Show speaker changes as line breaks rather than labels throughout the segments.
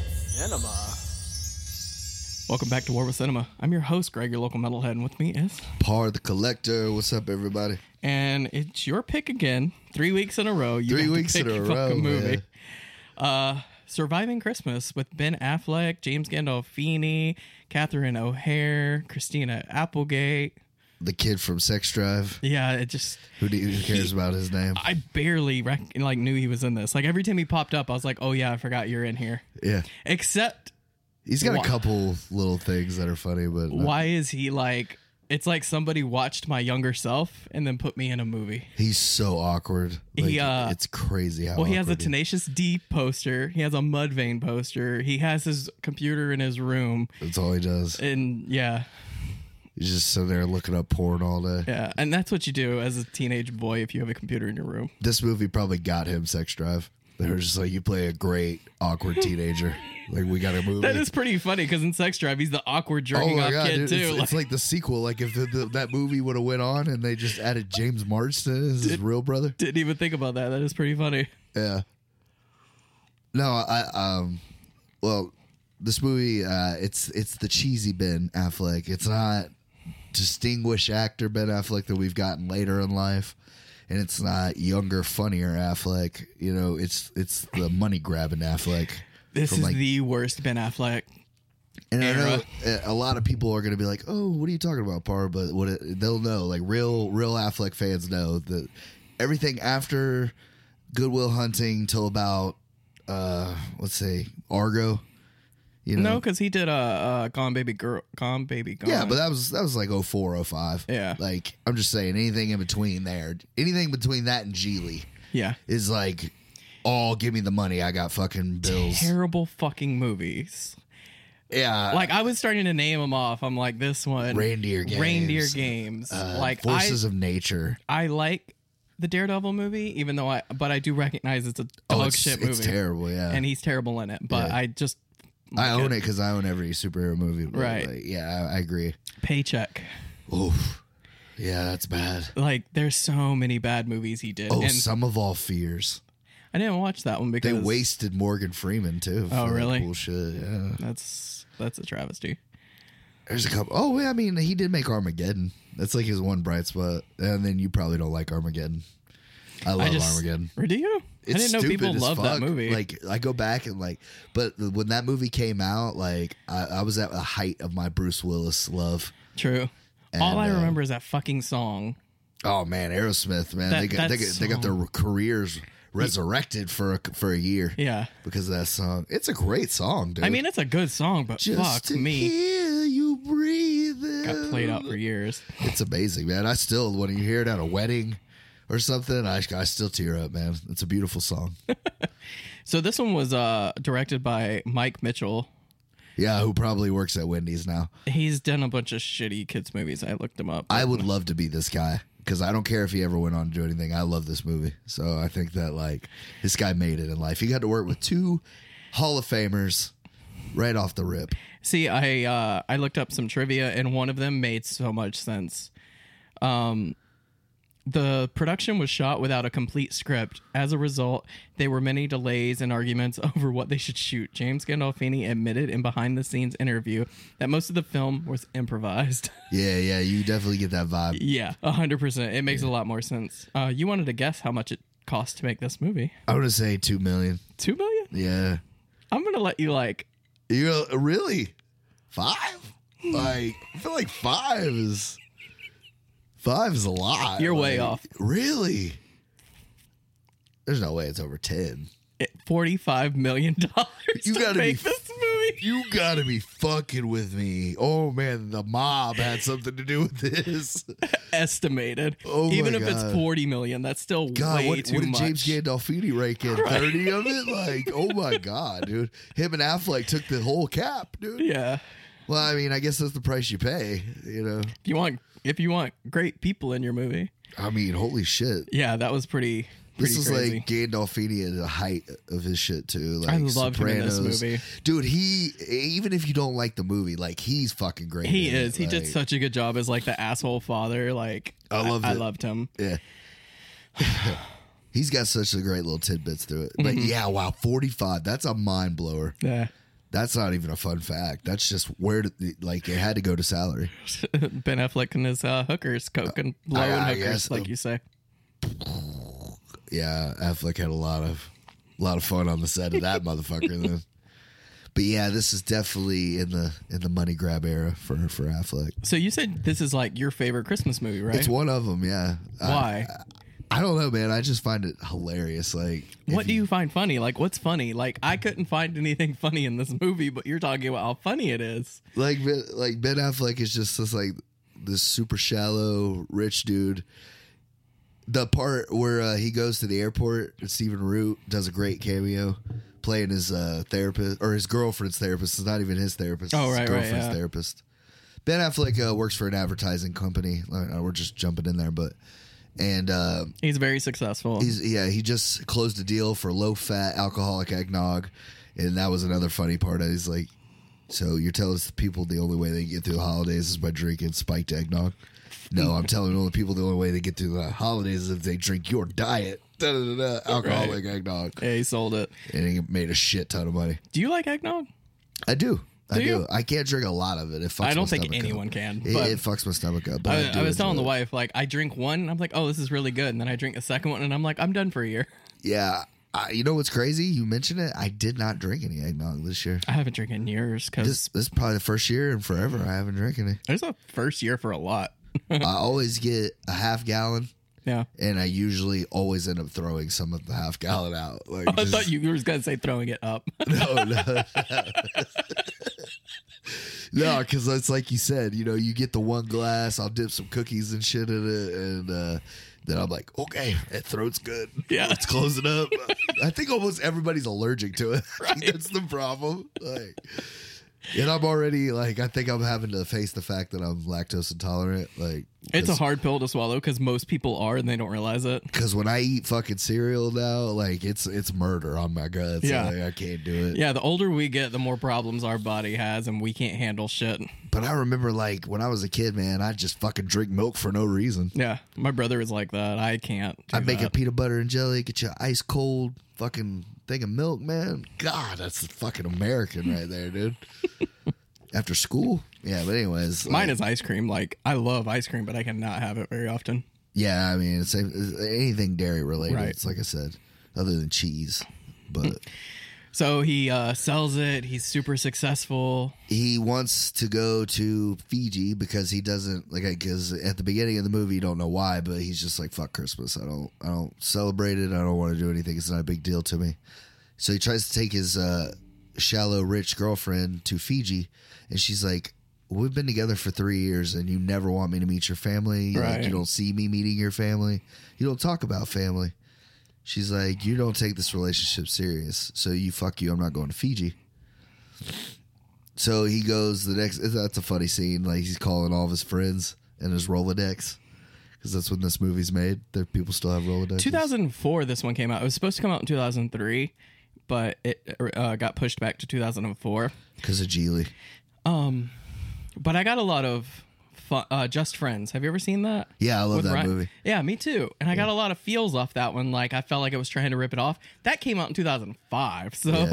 Cinema.
Welcome back to War with Cinema. I'm your host, Greg, your local metalhead, and with me is.
Par the Collector. What's up, everybody?
And it's your pick again. Three weeks in a row. You
Three
got to
weeks
pick
in a
your
row,
fucking movie.
man.
Uh, Surviving Christmas with Ben Affleck, James Gandolfini, Catherine O'Hare, Christina Applegate.
The kid from Sex Drive.
Yeah, it just.
Who, do, who cares about his name?
I barely rec- like knew he was in this. Like every time he popped up, I was like, "Oh yeah, I forgot you're in here."
Yeah,
Except
he's got
Wha-
a couple little things that are funny, but no.
why is he like it's like somebody watched my younger self and then put me in a movie
he's so awkward. Like,
He, uh,
it's crazy how.
well he has a
awkward
tenacious d poster he has a mudvayne poster he has his computer in his room
he- That's all he does.
and yeah
He's just sitting there looking up porn all day.
yeah and that's what you do as a teenage boy if you have a computer in your room
This movie probably got him Sex Drive. They were just like, you play a great awkward teenager. like we got a movie. Oh
that is pretty funny because in sex drive he's the awkward jerking off kid
dude,
too
It's,
Like,
it's like the sequel. Like if the, the, that movie would have went on and they just added James Marston as his real brother.
didn't even think about that that is pretty funny
Yeah. No, I um, well, this movie uh, it's it's the cheesy Ben Affleck. It's not distinguished actor Ben Affleck that we've gotten later in life, and it's not younger funnier Affleck. You know, it's it's the money grabbing Affleck.
this
From,
is
like-
the worst ben affleck
And I
era.
know uh, a lot of people are going to be like, "Oh, what are you talking about, Par?" But what it, they'll know, like real real Affleck fans know that everything after Goodwill Hunting till about uh, let's say Argo, you know,
no because he did a uh, uh, gone baby girl gone baby gone
yeah, but that was that was like 04, 05.
Yeah.
like I'm just saying, anything in between there, anything between that and Geely
yeah
is like, all give me the money, I got fucking bills.
terrible fucking movies.
yeah,
Like I was starting to name them off. I'm like this one,
Reindeer Games.
Reindeer Games.
uh,
like
forces of nature.
I, I like the Daredevil movie, even though I, but I do recognize it's a dog
Oh, it's,
shit movie,
it's terrible. Yeah,
and he's terrible in it. But
Yeah.
I just
I
like
own it because I own every superhero movie. but,
Right.
like, yeah, I, I agree.
Paycheck.
Oof. Yeah, that's bad.
Like there's so many bad movies he did,
Oh,
and
some of all fears.
I didn't watch that one because
They wasted Morgan Freeman too. for that
Oh, really?
Bullshit. Yeah.
that's that's a travesty.
There's a couple. Oh, yeah, I mean, he did make Armageddon. That's like his one bright spot. And then you probably don't like Armageddon. I love
I just
Armageddon.
Or do you? I didn't know
stupid
people
as
loved that
fuck.
movie.
Like I go back and like, but when that movie came out, like I, I was at the height of my Bruce Willis love.
true.
and,
All I
uh,
remember is that fucking song.
Oh man, Aerosmith, man,
That-
they got they,
that
got they got their careers resurrected for a, for a year
Yeah.
because of that song. It's a great song, dude.
I mean, it's a good song, but
just
fuck
to
me.
hear you breathing.
got played out for years.
It's amazing, man. I still when you hear it at a wedding or something, I I still tear up, man. It's a beautiful song.
So this one was uh, directed by Mike Mitchell.
yeah, who probably works at Wendy's now.
He's done a bunch of shitty kids movies. I looked him up.
I would love to be this guy because I don't care if he ever went on to do anything. I love this movie, so I think that like this guy made it in life. He got to work with two Hall of Famers right off the rip.
see. I uh, I looked up some trivia, and one of them made so much sense. Um, the production was shot without a complete script. As a result, there were many delays and arguments over what they should shoot. James Gandolfini admitted in behind-the-scenes interview that most of the film was improvised.
Yeah, yeah, you definitely get that vibe.
yeah, hundred percent. It makes a lot more sense. Uh, you wanted to guess how much it cost to make this movie?
I want to say two million.
Two million?
Yeah,
I'm gonna let you like.
you know, really five? Like I feel like five is five is a lot.
You're way
Like,
off.
Really? There's no way it's over ten.
it- Forty-five million dollars.
You
to
gotta be
make
f-
this movie.
You gotta be fucking with me. Oh man, the mob had something to do with this.
Estimated.
Oh my
Even if it's
God.
forty million, that's still
God,
way
what,
too
what did
much.
James Gandolfini rake in? 30 of it? Like, oh my God, dude. Him and Affleck took the whole cap, dude.
yeah.
Well, I mean, I guess that's the price you pay, you know?
If you want, if you want great people in your movie,
I mean, holy shit.
yeah, that was pretty. pretty
This is
crazy.
like Gandolfini at the height of his shit too. Like
I loved him in this
Sopranos.
movie.
dude. He even if you don't like the movie, like he's fucking great.
he
in it.
is. He did
Like,
such a good job as like the asshole father. Like
I loved
I,
it.
loved him.
Yeah.
Mm-hmm.
He's got such a great little tidbits through it. But yeah, wow, 45. That's a mind blower.
Yeah.
That's not even a fun fact. That's just where, did, like, it had to go to salary.
ben Affleck and his uh, hookers, coke and blow
I-
and
I
hookers,
guess,
like
um,
you say.
Yeah, Affleck had a lot of, a lot of fun on the set of that motherfucker. Then, but yeah, this is definitely in the in the money grab era for for Affleck.
So you said this is like your favorite Christmas movie, right?
It's one of them. Yeah. I-
Why?
I don't know, man. I just find it hilarious. Like, if
what do you find funny? Like, what's funny? Like, I couldn't find anything funny in this movie, but you're talking about how funny it is.
like Ben- like Ben Affleck is just this like this super shallow rich dude. The part where uh, he goes to the airport and Stephen Root does a great cameo, playing his uh, therapist or his girlfriend's therapist. It's not even his therapist.
Oh,
it's
right,
his
right,
girlfriend's
yeah.
therapist. Ben Affleck uh, works for an advertising company. Uh, We're just jumping in there, but and uh,
He's very successful.
He's yeah, he just closed a deal for low fat alcoholic eggnog, and that was another funny part. Of it. He's like, so you're telling us the people the only way they get through the holidays is by drinking spiked eggnog? No, I'm telling all the people the only way they get through the holidays is if they drink your diet da, da, da, da, alcoholic eggnog,
yeah, he sold it.
and he made a shit ton of money.
Do you like eggnog?
I do. I
Do
do.
you?
I can't drink a lot of it. It fucks
I
my
don't think
stomach up.
anyone can.
It,
But
it fucks my stomach up. But I,
I, I
do
was
enjoy
telling the
it.
wife, like, I drink one, and I'm like, oh, this is really good. And then I drink the second one, and I'm like, I'm done for a year.
yeah. I, you know what's crazy? You mentioned it. I did not drink any eggnog this year.
I haven't drank in years
This
because
this is probably the first year in forever
Mm-hmm.
I haven't drinking
there's a first year for a lot.
it.
Mm-hmm.
I always get a half gallon,
Yeah.
and I usually always end up throwing some of the half gallon out. Like
I
just-
thought you were going to say throwing it up.
no, no, no, because it's like you said, you know, you get the one glass. I'll dip some cookies and shit in it, and uh, then I'm like, okay, that throat's good.
Yeah.
let's close it up. I think almost everybody's allergic to it. I think
Right.
That's the problem. Like. And I'm already like I think I'm having to face the fact that I'm lactose intolerant. Like
it's a hard pill to swallow because most people are and they don't realize it.
because when I eat fucking cereal now, like it's it's murder on my guts.
Yeah.
Like, I can't do it.
Yeah, the older we get, the more problems our body has, and we can't handle shit.
But I remember like when I was a kid, man, I just fucking drink milk for no reason.
Yeah, my brother is like that. I can't. do
I make a
that.
peanut butter and jelly, get you an ice cold fucking thing of milk, man. God, that's fucking American right there, dude. After school, yeah. But anyways,
Mine
like,
is ice cream. Like I love ice cream, but I cannot have it very often.
yeah. I mean, it's, it's anything dairy related.
Right.
It's like I said, other than cheese. But
So he uh, sells it. He's super successful.
he wants to go to Fiji because he doesn't like because at the beginning of the movie you don't know why, but he's just like fuck Christmas. I don't I don't celebrate it. I don't want to do anything. It's not a big deal to me. So he tries to take his uh, shallow rich girlfriend to Fiji, and she's like, "We've been together for three years, and you never want me to meet your family. Like,
Right.
you don't see me meeting your family. You don't talk about family." She's like, "You don't take this relationship serious, so you fuck you. I'm not going to Fiji." So he goes the next. That's a funny scene. Like he's calling all of his friends and his Rolodex, because that's when this movie's made. There, people still have Rolodex.
2004. This one came out. It was supposed to come out in 2003, but it uh, got pushed back to 2004.
because of Geely.
Um, but I got a lot of fun, uh, Just Friends. Have you ever seen that?
Yeah, I love
With
that
Ryan-
movie.
Yeah, me too. And I got a lot of feels off that one. Like I felt like I was trying to rip it off. That came out in 2005, so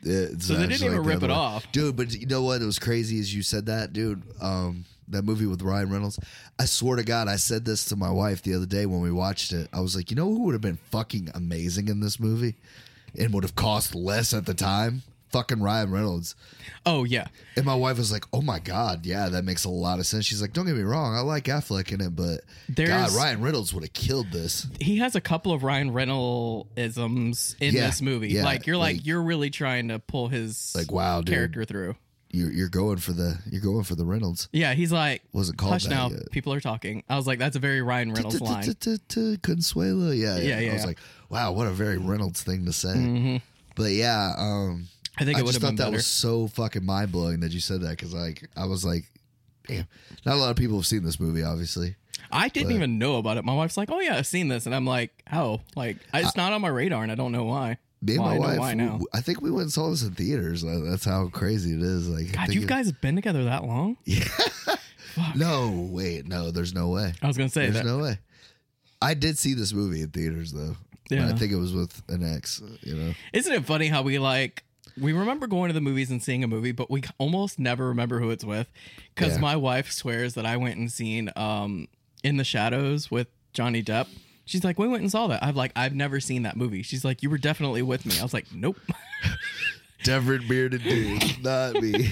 It's
So they didn't
actually
even
like the
rip
other
it
way.
off.
dude. But you know what? It was crazy as you said that, dude. Um, that movie with Ryan Reynolds. I swear to God, I said this to my wife the other day when we watched it. I was like, you know who would have been fucking amazing in this movie, and would have cost less at the time? Fucking Ryan Reynolds.
oh yeah,
And my wife was like, "Oh my god, yeah, that makes a lot of sense." She's like, "Don't get me wrong, I like Affleck in it, but God,
There's-
Ryan Reynolds would have killed this."
he has a couple of Ryan Reynoldsisms in
Yeah,
this movie.
yeah,
like you're like,
like-
you're really trying to pull his
Like, wow, dude,
character through.
you're you're going for the you're going for the Reynolds.
Yeah, he's like,
Wasn't called
hush
that
now,
yet.
people are talking. I was like, that's a very Ryan Reynolds line.
Consuelo, yeah,
Yeah, yeah,
I was
yeah. Mm-hmm.
like, wow, what a very Reynolds thing to say. But yeah, um,
I think
I
it would
just
have
thought
been
that
better.
was so fucking mind blowing that you said that because like I was like, damn, not a lot of people have seen this movie, obviously.
I didn't even know about it. My wife's like, oh yeah, I've seen this, and I'm like, how? Like it's not on my radar, and I don't know why.
Me and
Well,
my
I
wife,
know why now.
we- I think we went and saw this in theaters. Like, That's how crazy it is. Like, I
God,
think
you
it-
guys have been together that long?
No, wait, no, there's no way.
I was gonna say
There's
that.
no way. I did see this movie in theaters though.
Yeah.
I think it was with an ex, uh, you know.
Isn't it funny how we like We remember going to the movies and seeing a movie, but we almost never remember who it's with because
Yeah.
my wife swears that I went and seen um, In the Shadows with Johnny Depp. She's like, we went and saw that. I'm like, I've never seen that movie. She's like, you were definitely with me. I was like, nope.
Devon bearded dude, not me.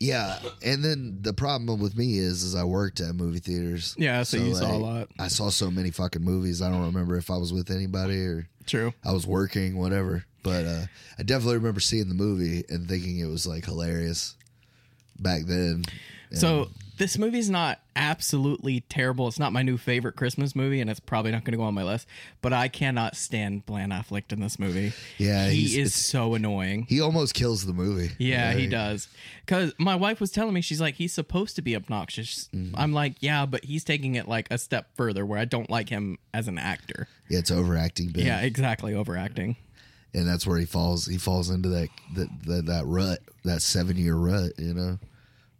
yeah, and then the problem with me is, is I worked at movie theaters.
Yeah, so you saw a lot.
I saw so many fucking movies. I don't remember if I was with anybody or
True.
I was working, whatever. But uh, I definitely remember seeing the movie and thinking it was like hilarious back then. And
So this movie's not absolutely terrible. It's not my new favorite Christmas movie, and it's probably not going to go on my list. But I cannot stand Bland Affleck in this movie.
Yeah, he's-
he is
it's-
so annoying.
he almost kills the movie.
Yeah, he
Like,
does. Because my wife was telling me, she's like, he's supposed to be obnoxious.
Mm-hmm.
I'm like, yeah, but he's taking it like a step further, where I don't like him as an actor.
Yeah, it's overacting, Ben.
Yeah, exactly, overacting.
and that's where he falls. He falls into that that that, that rut, that seven year rut, you know,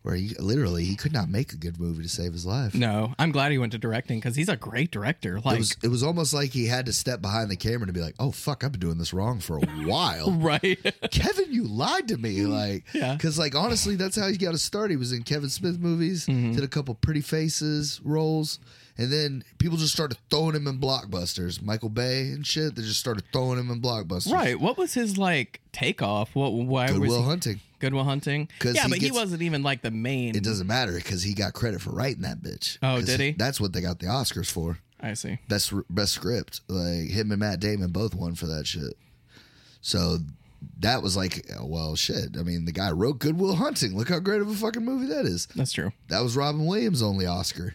where he literally he could not make a good movie to save his life.
No, I'm glad he went to directing because he's a great director. Like,
It was it was almost like he had to step behind the camera to be like, "Oh fuck, I've been doing this wrong for a while."
right?
Kevin, you lied to me, like,
Mm. Yeah.
because like honestly, that's how he got his start. He was in Kevin Smith movies,
Mm-hmm.
did a couple Pretty Faces roles, and then people just started throwing him in blockbusters, Michael Bay and shit. They just started throwing him in blockbusters,
right. What was his like takeoff? What? Why was
Goodwill
he?
Hunting.
Goodwill Hunting.
'Cause
Yeah,
he
but he
gets-
wasn't even like the main.
It doesn't matter because he got credit for writing that bitch.
Oh,
'Cause
did he?
That's what they got the Oscars for.
I see.
Best best script. Like him and Matt Damon both won for that shit. So that was like, well, shit. I mean, the guy wrote Goodwill Hunting. Look how great of a fucking movie that is.
That's true.
That was Robin Williams' only Oscar.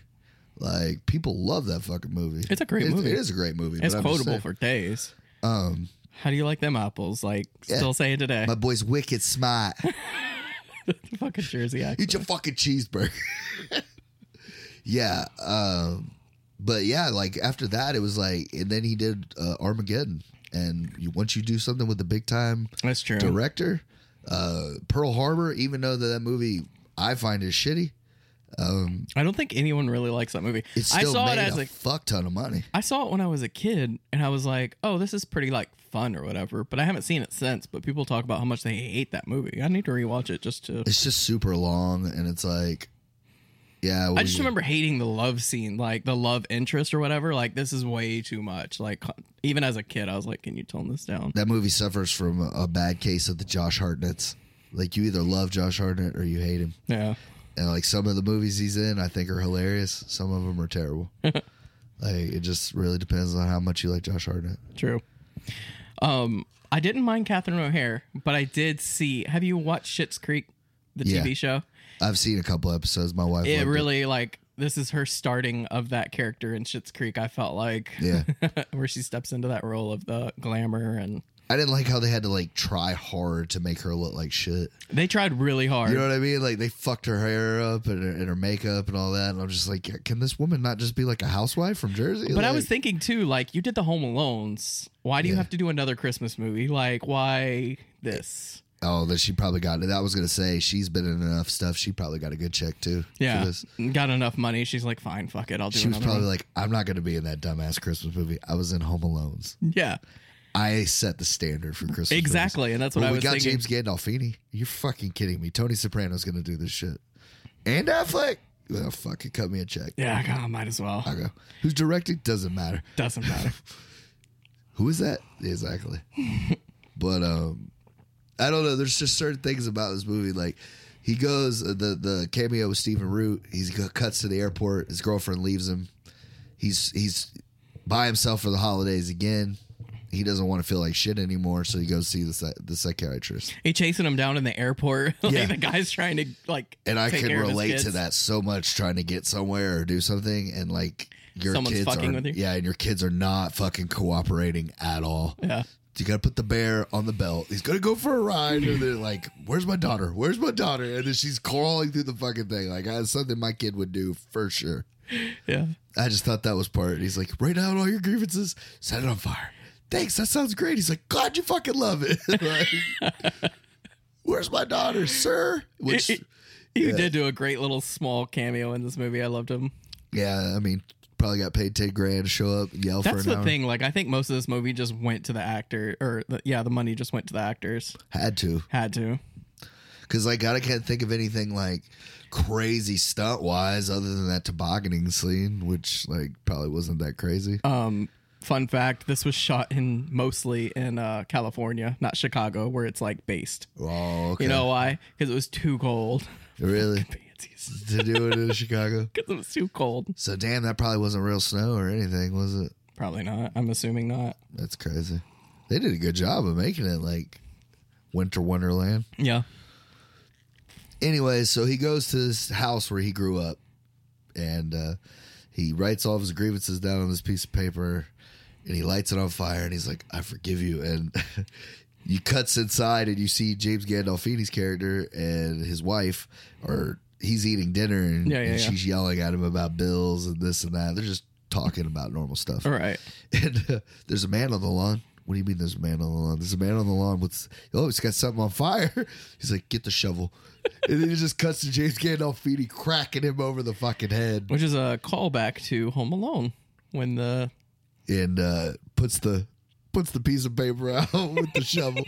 Like people love that fucking movie.
It's a great movie.
It is a great movie.
It's
but I'm just
quotable
saying-
for days.
Um,
How do you like them apples? Like, still say it today.
my boy's wicked smart.
Fucking Jersey accent.
Eat your fucking cheeseburger. yeah. Um, but yeah, like after that, it was like, and then he did uh, Armageddon. And you, once you do something with a big time
That's true.
director, uh, Pearl Harbor, even though that, that movie I find is shitty,
I don't think anyone really likes that movie.
it
I
still
saw
made
it as
a
a
fuck ton of money.
I saw it when I was a kid and I was like, "Oh, this is pretty like fun or whatever." But I haven't seen it since, but people talk about how much they hate that movie. I need to rewatch it just to
It's just super long, and it's like, yeah.
I
we-
just remember hating the love scene, like the love interest or whatever. Like this is way too much. Like even as a kid, I was like, "Can you tone this down?"
that movie suffers from a bad case of the Josh Hartnett's. Like you either love Josh Hartnett or you hate him.
Yeah.
and like some of the movies he's in i think are hilarious some of them are terrible like it just really depends on how much you like josh hartnett
True. Um, I didn't mind Catherine O'Hare, but I did see. Have you watched Schitt's Creek, the
Yeah.
TV show?
i've seen a couple episodes my wife
It
loved
really like this is her starting of that character in Schitt's Creek. I felt like
Yeah.
where she steps into that role of the glamour, and
i didn't like how they had to like try hard to make her look like shit
they tried really hard.
you know what i mean like they fucked her hair up and her, and her makeup and all that and i'm just like can this woman not just be like a housewife from jersey
but I
Like,
was thinking too, like you did the Home Alones. Why do you
Yeah.
have to do another Christmas movie? Like why this?
oh that she probably got it i was gonna say she's been in enough stuff she probably got a good check too for
Yeah,
this.
got enough money. She's like, fine, fuck it, I'll do
she was
another.
probably
one.
like i'm not gonna be in that dumbass christmas movie i was in home alone's
yeah,
I set the standard for Christmas. movies.
exactly, and that's what
When
I
we
was
got
thinking.
James Gandolfini, you're fucking kidding me. Tony Soprano's gonna do this shit, and Affleck. Well, fucking cut me a check.
yeah, God, might as well.
I go. Who's directing? Doesn't matter.
Doesn't matter.
Who is that? Exactly. but um, I don't know. There's just certain things about this movie. Like he goes uh, the the cameo with Stephen Root. He cuts to the airport. His girlfriend leaves him. He's he's by himself for the holidays again. He doesn't want to feel like shit anymore, so he goes see the psy- the psychiatrist.
He chasing him down in the airport. like
Yeah.
the guy's trying to like.
And I
take
can
care of his
relate to
kids.
that so much. Trying to get somewhere or do something, and like your
Someone's
kids
fucking
are,
with you?
yeah, and your kids are not fucking cooperating at all.
Yeah.
you gotta put the bear on the belt. He's gonna go for a ride, and they're like, "Where's my daughter? Where's my daughter?" And then she's crawling through the fucking thing. Like that's something my kid would do for sure.
Yeah.
I just thought that was part. He's like, "Write out all your grievances, set it on fire." Thanks, that sounds great. He's like, "Glad you fucking love it." Like, Where's my daughter, sir? Which,
You did do a great little small cameo in this movie. I loved him.
yeah, I mean, probably got paid ten grand to show up and yell
That's
for an
the
hour.
thing. Like, I think most of this movie just went to the actor, or the, yeah, the money just went to the actors.
Had to,
Had to.
because like God, I can't think of anything like crazy stunt wise other than that tobogganing scene, which like probably wasn't that crazy.
Um, fun fact: this was shot in mostly in uh, California, not Chicago, where it's like based.
oh, okay.
You know why? Because it was too cold.
really
Because
to do it in Chicago.
it was too cold.
So damn, that probably wasn't real snow or anything, was it?
Probably not. I'm assuming not.
That's crazy. They did a good job of making it like winter wonderland.
Yeah.
Anyway, so he goes to this house where he grew up, and uh, he writes all of his grievances down on this piece of paper, and he lights it on fire, and he's like, "I forgive you." And you cuts inside, and you see James Gandolfini's character and his wife, or he's eating dinner, and,
Yeah, yeah,
and
yeah.
she's yelling at him about bills and this and that. They're just talking about normal stuff.
All right.
and uh, there's a man on the lawn. What do you mean there's a man on the lawn? There's a man on the lawn with, oh, he's got something on fire. He's like, get the shovel. and then he just cuts to James Gandolfini cracking him over the fucking head
Which is a callback to Home Alone when the
and uh, puts the puts the piece of paper out with the shovel.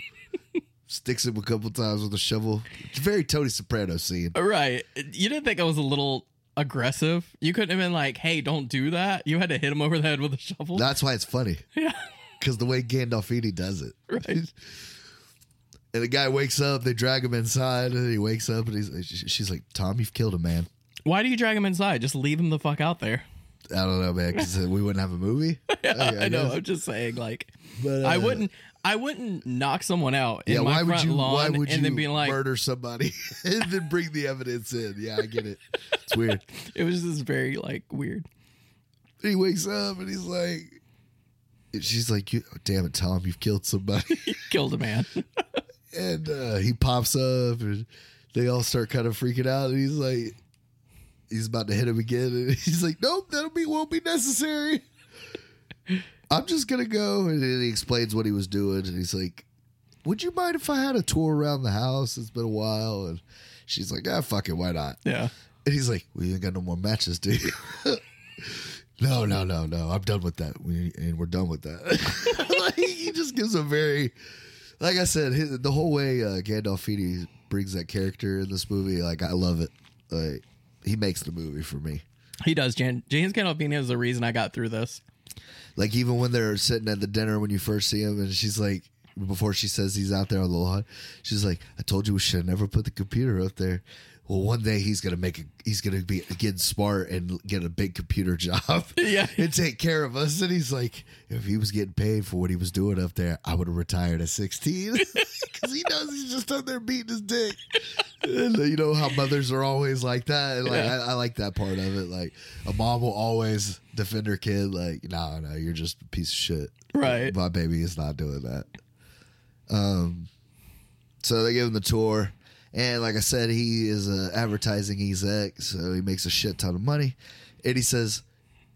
Sticks him a couple times with a shovel. It's a very Tony Soprano scene.
All right. You didn't think I was a little aggressive? You couldn't have been like, "Hey, don't do that." You had to hit him over the head with a shovel.
That's why it's funny.
Yeah.
Because the way Gandolfini does it.
Right.
And the guy wakes up, they drag him inside, and he wakes up, and he's, she's like, Tom, you've killed a man.
Why do you drag him inside? Just leave him the fuck out there.
I don't know, man, because we wouldn't have a movie. Okay,
I know.
guess.
I'm just saying, like,
But,
I
uh,
wouldn't. I wouldn't knock someone out in
Yeah,
my
why would
front
you?
lawn
Why would
and
you
then be like,
murder somebody and then bring the evidence in? Yeah, I get it. It's weird.
it was just very like weird.
he wakes up and he's like, and she's like, you, "Damn it, Tom, you've killed somebody."
Killed a man.
and uh, he pops up, and they all start kind of freaking out. And he's like, he's about to hit him again, and he's like, "Nope, that'll be won't be necessary." I'm just gonna go, and then he explains what he was doing, and he's like, "Would you mind if I had a tour around the house? It's been a while." And she's like, "Ah, fuck it, why not?"
yeah.
And he's like, "We ain't got no more matches, do you?" no, no, no, no. I'm done with that. We and we're done with that. like, he just gives a very, like I said, his, the whole way uh, Gandolfini brings that character in this movie. Like I love it. Like he makes the movie for me.
He does. Jan- James Gandolfini is the reason I got through this.
Like even when they're sitting at the dinner when you first see him, and she's like, before she says he's out there on the lawn, she's like, "I told you we should have never put the computer up there." Well, one day he's gonna make a, he's gonna be get smart and get a big computer job,
Yeah.
and take care of us. And he's like, if he was getting paid for what he was doing up there, I would have retired at sixteen because he knows he's just up there beating his dick. And uh, you know how mothers are always like that. And like
Yeah.
I, I like that part of it. Like a mom will always defend her kid. Like, no, no, you're just a piece of shit.
Right.
My baby is not doing that. Um, so they give him the tour, and like I said, he is a advertising exec, so he makes a shit ton of money. And he says,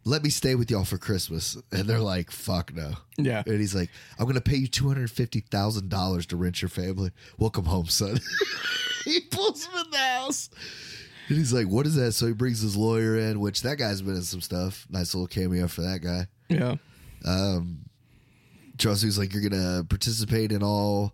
"Let me stay with y'all for Christmas," and they're like, "Fuck no."
Yeah.
And he's like, "I'm gonna pay you two hundred fifty thousand dollars to rent your family. Welcome home, son." he pulls him in the house. And he's like, "What is that?" So he brings his lawyer in, which that guy's been in some stuff. Nice little cameo for that guy.
Yeah.
Um, Chauncey's like, you're gonna participate in all,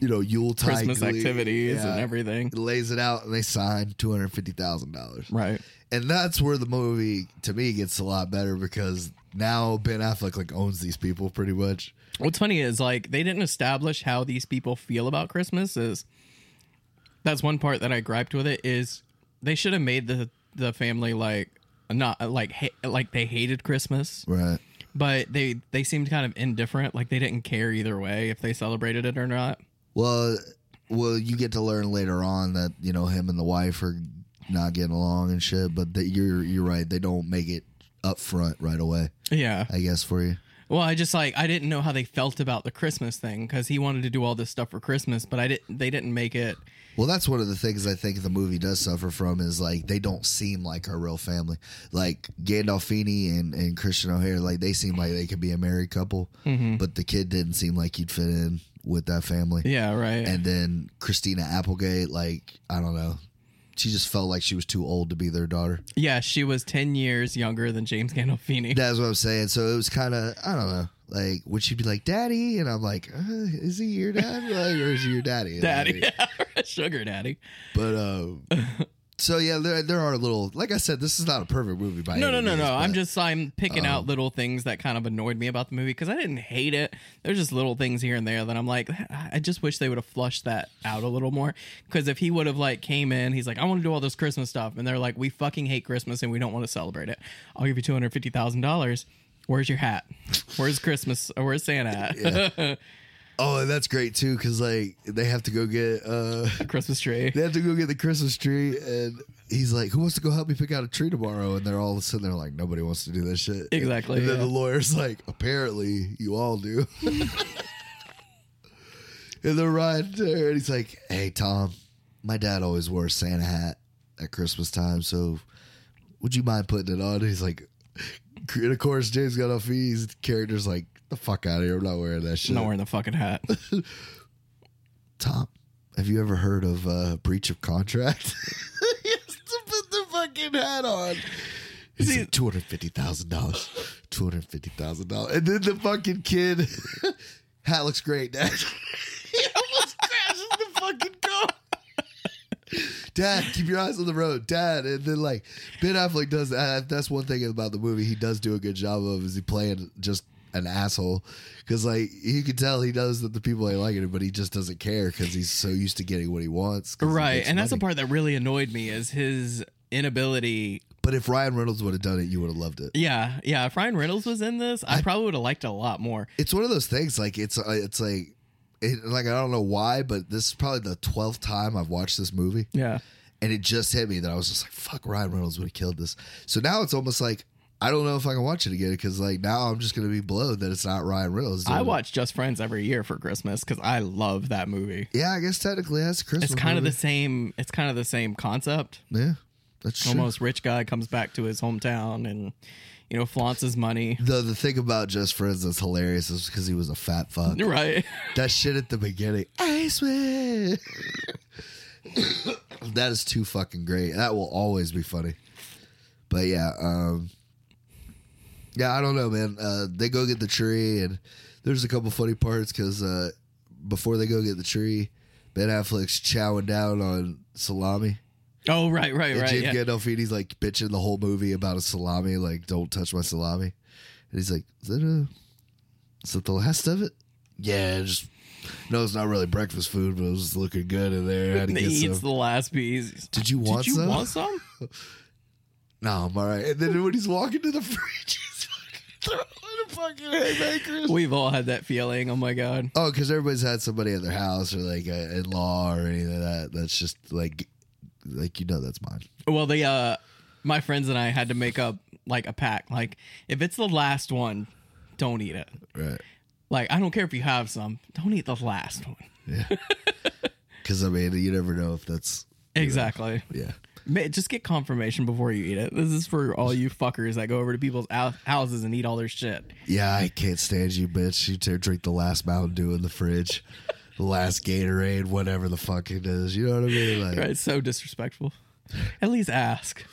you know, Yule
Christmas activities and everything.
Lays it out, and they sign two hundred fifty thousand dollars.
Right.
And that's where the movie, to me, gets a lot better because now Ben Affleck like owns these people pretty much.
What's funny is like they didn't establish how these people feel about Christmas. Is that's one part that I griped with it is they should have made the the family like not like ha- like they hated Christmas,
Right.
but they they seemed kind of indifferent. Like they didn't care either way if they celebrated it or not.
Well, well, you get to learn later on that you know him and the wife are not getting along and shit. But that you're you're right. They don't make it up front right away.
Yeah.
I guess for you.
Well, I just like I didn't know how they felt about the Christmas thing because he wanted to do all this stuff for Christmas, but I didn't. They didn't make it.
Well, that's one of the things I think the movie does suffer from is like they don't seem like a real family. Like Gandolfini and, and Christian O'Hare, like they seem like they could be a married couple, but the kid didn't seem like he'd fit in with that family.
Yeah. Right.
And then Christina Applegate, like I don't know, she just felt like she was too old to be their daughter.
Yeah, she was 10 years younger than James Gandolfini.
That's what I'm saying. So it was kind of I don't know. Like would she be like daddy? And I'm like, uh, is he your dad? Like, or is he your daddy? You know what I
daddy.
mean?
Sugar daddy.
But um, so yeah, there there are little. Like I said, this is not a perfect movie by
No,
any
no, no,
means,
no. I'm
but- um,
just I'm picking out little things that kind of annoyed me about the movie because I didn't hate it. There's just little things here and there that I'm like, I just wish they would have flushed that out a little more. Because if he would have like came in, he's like, I want to do all this Christmas stuff, and they're like, we fucking hate Christmas and we don't want to celebrate it. I'll give you two hundred fifty thousand dollars. Where's your hat? Where's Christmas? Or where's Santa at?
Oh, and that's great too, because like they have to go get uh,
Christmas tree.
they have to go get the Christmas tree, and he's like, "Who wants to go help me pick out a tree tomorrow?" And they're all sitting there like, "Nobody wants to do this shit."
Exactly,
And then
yeah.
the lawyer's like, "Apparently, you all do." and they're riding there, and he's like, "Hey, Tom, my dad always wore a Santa hat at Christmas time, so would you mind putting it on?" And he's like, and of course, James Gandolfini's character's like, "The fuck out of here! I'm not wearing that shit."
Not wearing the fucking hat.
Tom, have you ever heard of uh, breach of contract? he has to put the fucking hat on. He's like, two hundred fifty thousand dollars, two hundred fifty thousand dollars, and then the fucking kid hat looks great, Dad. he almost crashes the fucking car. Dad, keep your eyes on the road, Dad. And then like Ben Affleck does that. That's one thing about the movie. He does do a good job of is he playing just an asshole because like you can tell he knows that the people ain't liking it, but he just doesn't care because he's so used to getting what he wants. 'cause he
right.
makes
And that's the
money.
part that really annoyed me is his inability
But if Ryan Reynolds would have done it, you would have loved it.
Yeah, yeah. If Ryan Reynolds was in this, I, probably would have liked it a lot more.
it's one of those things like it's uh, it's like it, like I don't know why, but this is probably the twelfth time I've watched this movie,
Yeah,
and it just hit me that I was just like, "Fuck, Ryan Reynolds would have killed this." So now it's almost like I don't know if I can watch it again because like now I'm just gonna be blown that it's not Ryan Reynolds.
I
doing it.
watch Just Friends every year for Christmas because I love that movie.
Yeah, I guess technically that's a Christmas.
It's kind of
movie.
the same. It's kind of the same concept.
yeah. That's true.
Almost rich guy comes back to his hometown and you know flaunts his money.
The the thing about Just Friends that's hilarious is because he was a fat fuck.
Right.
That shit at the beginning. I swear. that is too fucking great. That will always be funny. But yeah, um Yeah, I don't know, man. Uh they go get the tree and there's a couple funny parts cuz uh before they go get the tree, Ben Affleck's chowing down on salami.
Oh, right, right,
And
right.
Jim
yeah.
Gandolfini's like bitching the whole movie about a salami, like "Don't touch my salami," and he's like, "Is that a, is that the last of it?" Yeah, just no, it's not really breakfast food, but it was looking good in there. I had to
He
get
eats
some.
the last piece.
Did you want
Did you
some?
want some?
No, I'm all right. And then when he's walking to the fridge, he's fucking throwing a fucking haymakers.
We've all had that feeling. Oh my god.
Oh, because everybody's had somebody at their house or like a in law or anything like that. That's just like, like you know, that's mine.
Well, the uh, my friends and I had to make up like a pack. Like if it's the last one, don't eat it.
Right.
Like, I don't care if you have some. Don't eat the last one.
Because I mean, you never know if that's
Exactly.
yeah.
Ma- Just get confirmation before you eat it. This is for all you fuckers that go over to people's hou- houses and eat all their shit.
Yeah, I can't stand you, bitch. You t- drink the last Mountain Dew in the fridge, the last Gatorade, whatever the fuck it is. You know what I mean? Like,
Right? It's so disrespectful. At least ask.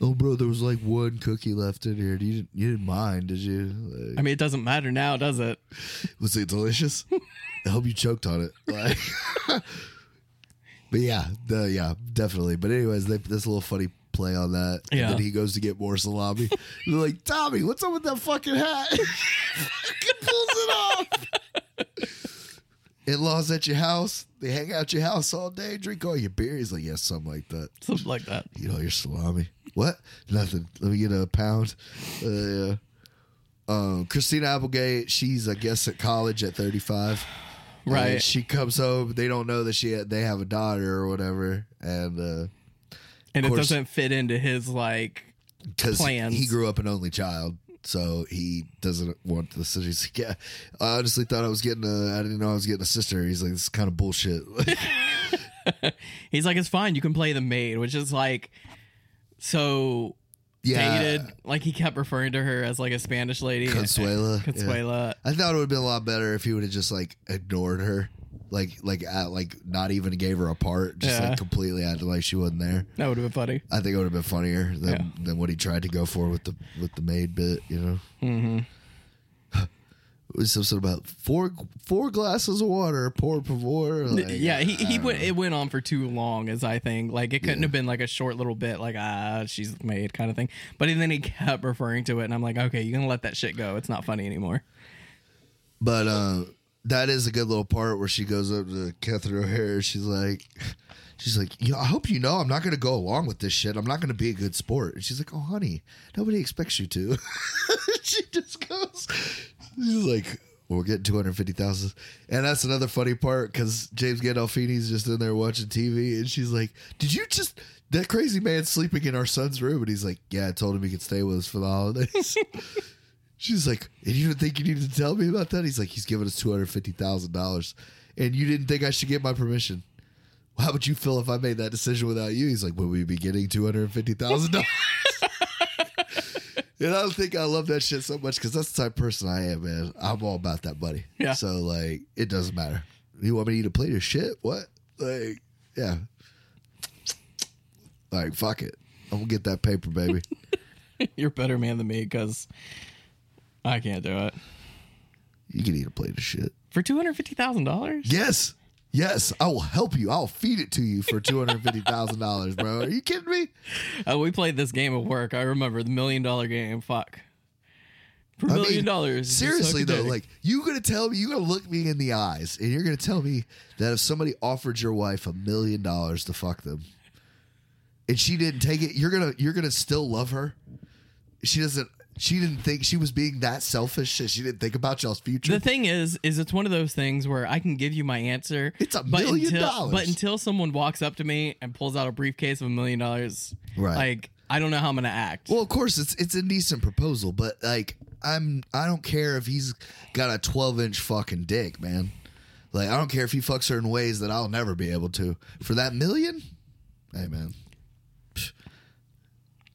oh, bro, there was like one cookie left in here. You didn't, you didn't mind, did you? Like,
I mean, it doesn't matter now, does it?
was it delicious? I hope you choked on it. Like, but yeah, the, yeah, definitely. But anyways, they, this little funny play on that.
Yeah.
And then he goes to get more salami. and they're like, Tommy, what's up with that fucking hat? fucking pulls it off. In-laws at your house. They hang out your house all day, drink all your beer. He's like, yeah, something like that.
Something like that.
Eat all your salami. What? Nothing. Let me get a pound. Uh, yeah. Um, Christina Applegate, she's I guess at college at 35.
Right.
And she comes home. They don't know that she they have a daughter or whatever, and uh,
And it
course.
doesn't fit into his, like,
because
Plans.
he grew up an only child, so he doesn't want the city. He's like, yeah, I honestly thought I was getting a. I didn't know I was getting a sister. He's like, this is kind of bullshit.
he's like, it's fine. You can play the maid, which is like, so
yeah,
dated. Like, he kept referring to her as, like, a Spanish lady.
Consuela. yeah.
Consuela.
I thought it would have been a lot better if he would have just like ignored her Like like uh, like not even gave her a part. Just
Yeah.
like completely acted like she wasn't there.
That would have been funny.
I think it would have been funnier than,
Yeah.
than what he tried to go for with the with the maid bit, you know. Mm-hmm. It was something about four four glasses of water, pour pour. Like,
yeah, he, he went. It went on for too long, as I think. Like it couldn't have been like a short little bit, like ah, she's made kind of thing. But then he kept referring to it, and I'm like, okay, you're gonna let that shit go. It's not funny anymore.
But uh, that is a good little part where she goes up to Catherine O'Hara. She's like, she's like, you know, I hope you know I'm not going to go along with this shit. I'm not going to be a good sport. And she's like, oh, honey, nobody expects you to. she just goes, she's like, we're getting 250,000. And that's another funny part because James Gandolfini's just in there watching TV and she's like, did you just, that crazy man's sleeping in our son's room? And he's like, yeah, I told him he could stay with us for the holidays. She's like, and you didn't think you needed to tell me about that? He's like, he's giving us two hundred fifty thousand dollars, and you didn't think I should get my permission. How would you feel if I made that decision without you? He's like, would we be getting two hundred fifty thousand dollars? And I don't think I love that shit so much because that's the type of person I am, man. I'm all about that money.
Yeah.
So like, it doesn't matter. You want me to eat a plate of shit? What? Like, yeah. Like, fuck it. I'm gonna get that paper, baby.
you're a better man than me because I can't do it
you can eat a plate of shit.
for two hundred fifty thousand dollars.
Yes. Yes. I will help you. I'll feed it to you for $250,000, bro. Are you kidding me?
Oh, we played this game at work. I remember the million dollar game. Fuck. For a
I
million
mean,
dollars. just
Seriously,
suck a
though,
dick.
like, you going to tell me, you're going to look me in the eyes and you're going to tell me that if somebody offered your wife a million dollars to fuck them and she didn't take it, you're going to, you're going to still love her? She doesn't, she didn't think she was being that selfish that she didn't think about y'all's future.
The thing is, is it's one of those things where I can give you my answer.
It's a
but
million
until-
dollars.
But until someone walks up to me and pulls out a briefcase of a million dollars,
Right.
Like I don't know how I'm gonna act.
Well, of course, it's it's a decent proposal, but like I'm I don't care if he's got a 12 inch fucking dick, man. Like I don't care if he fucks her in ways that I'll never be able to. For that million, hey man, Psh.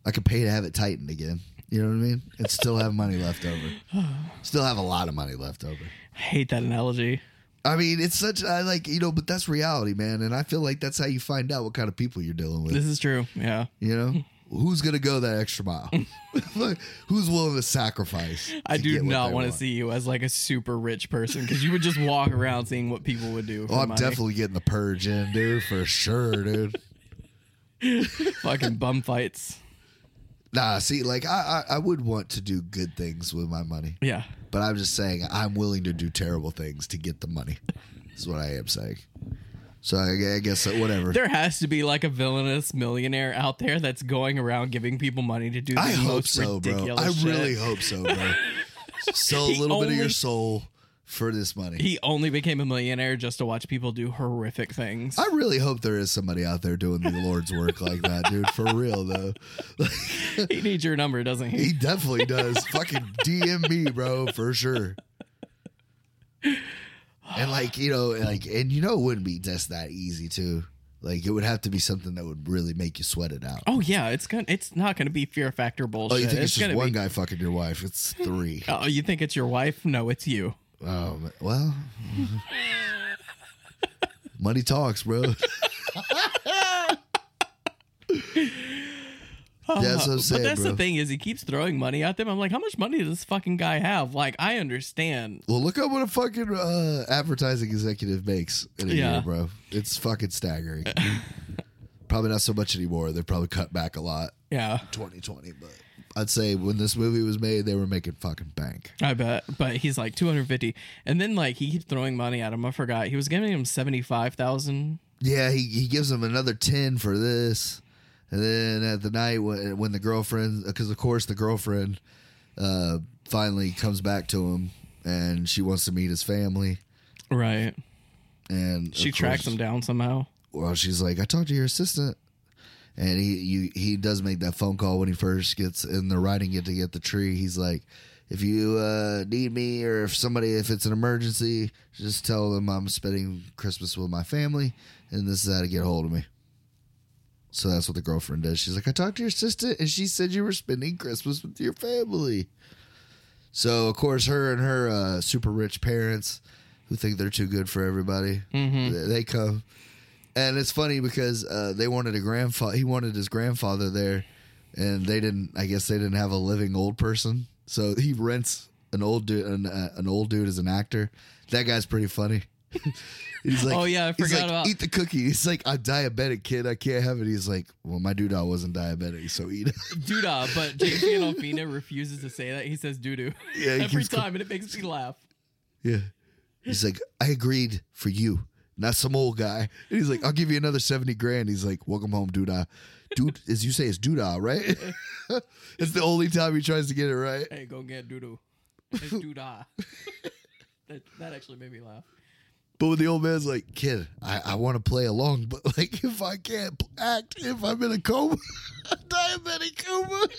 I could pay to have it tightened again. You know what I mean? And still have money left over. Still have a lot of money left over.
I hate that analogy.
I mean, it's such I like you know, but that's reality, man. And I feel like that's how you find out what kind of people you're dealing with.
This is true. Yeah.
You know, who's gonna go that extra mile? Like, who's willing to sacrifice?
I
to
do
get what
not
they
want to see you as like a super rich person because you would just walk around seeing what people would do. For
Oh, I'm
money.
definitely getting the purge in, dude, for sure, dude.
fucking bum fights.
Nah, see, like I, I, I would want to do good things with my money,
Yeah.
but I'm just saying I'm willing to do terrible things to get the money. Is what I am saying. So I, gu- I guess uh, whatever.
There has to be like a villainous millionaire out there that's going around giving people money to do the
I hope
most
so, bro.
ridiculous
I
shit.
really hope so, bro. Sell a
He
little bit of your
only-
soul for this money.
he only became a millionaire just to watch people do horrific things.
I really hope there is somebody out there doing the Lord's work like that, dude. For real, though.
he needs your number, doesn't he?
He definitely does. Fucking DM me, bro, for sure. And like you know, like and you know, it wouldn't be just that easy too. Like it would have to be something that would really make you sweat it out.
Oh yeah, it's gonna. It's not gonna be fear factor bullshit.
Oh, you think it's, just
gonna
one
be,
guy fucking your wife? It's three.
Oh, you think it's your wife? No, it's you.
Oh man. well, money talks, bro. yeah, that's what I'm saying,
but that's
bro.
the thing is, he keeps throwing money at them. I'm like, how much money does this fucking guy have? Like, I understand.
Well, look up what a fucking uh, advertising executive makes in a
Yeah.
year, bro. It's fucking staggering. probably not so much anymore. They probably cut back a lot,
Yeah,
2020. But I'd say when this movie was made, they were making fucking bank.
I bet. But he's like 250, and then like he keeps throwing money at him. I forgot he was giving him 75,000.
Yeah, he, he gives them another 10 for this. And then at the night when, when the girlfriend, because of course the girlfriend uh, finally comes back to him and she wants to meet his family.
Right.
And
She
of
tracks
course-
him down somehow.
well, she's like, I talked to your assistant, and he you he does make that phone call when he first gets in the riding it to get the tree. He's like, if you uh, need me or if somebody if it's an emergency, just tell them I'm spending Christmas with my family, and this is how to get a hold of me. So that's what the girlfriend does. She's like, I talked to your assistant, and she said you were spending Christmas with your family. So of course, her and her uh, super rich parents who think they're too good for everybody. They, they come, and it's funny because uh, they wanted a grandfather. He wanted his grandfather there, and they didn't. I guess they didn't have a living old person, so he rents an old dude. An, uh, an old dude as an actor. That guy's pretty funny. he's like,
Oh, yeah, I
he's
forgot
like,
about-
eat the cookie. He's like, I'm diabetic, kid. I can't have it. He's like, well, my dude, I wasn't diabetic, so eat it.
Duda, uh, but James Gandolfina refuses to say that. He says doo doo
Yeah, he
every
keeps call-
time, and it makes me laugh.
Yeah. He's like, I agreed for you, not some old guy. And he's like, I'll give you another 70 grand. He's like, welcome home, doodah. Dude, as you say, it's doodah, right? it's the only time he tries to get it right.
Hey, go get doo doo. It's Duda. that, that actually made me laugh.
But when the old man's like, kid, I, I want to play along, but like, if I can't p- act, if I'm in a coma, a diabetic coma,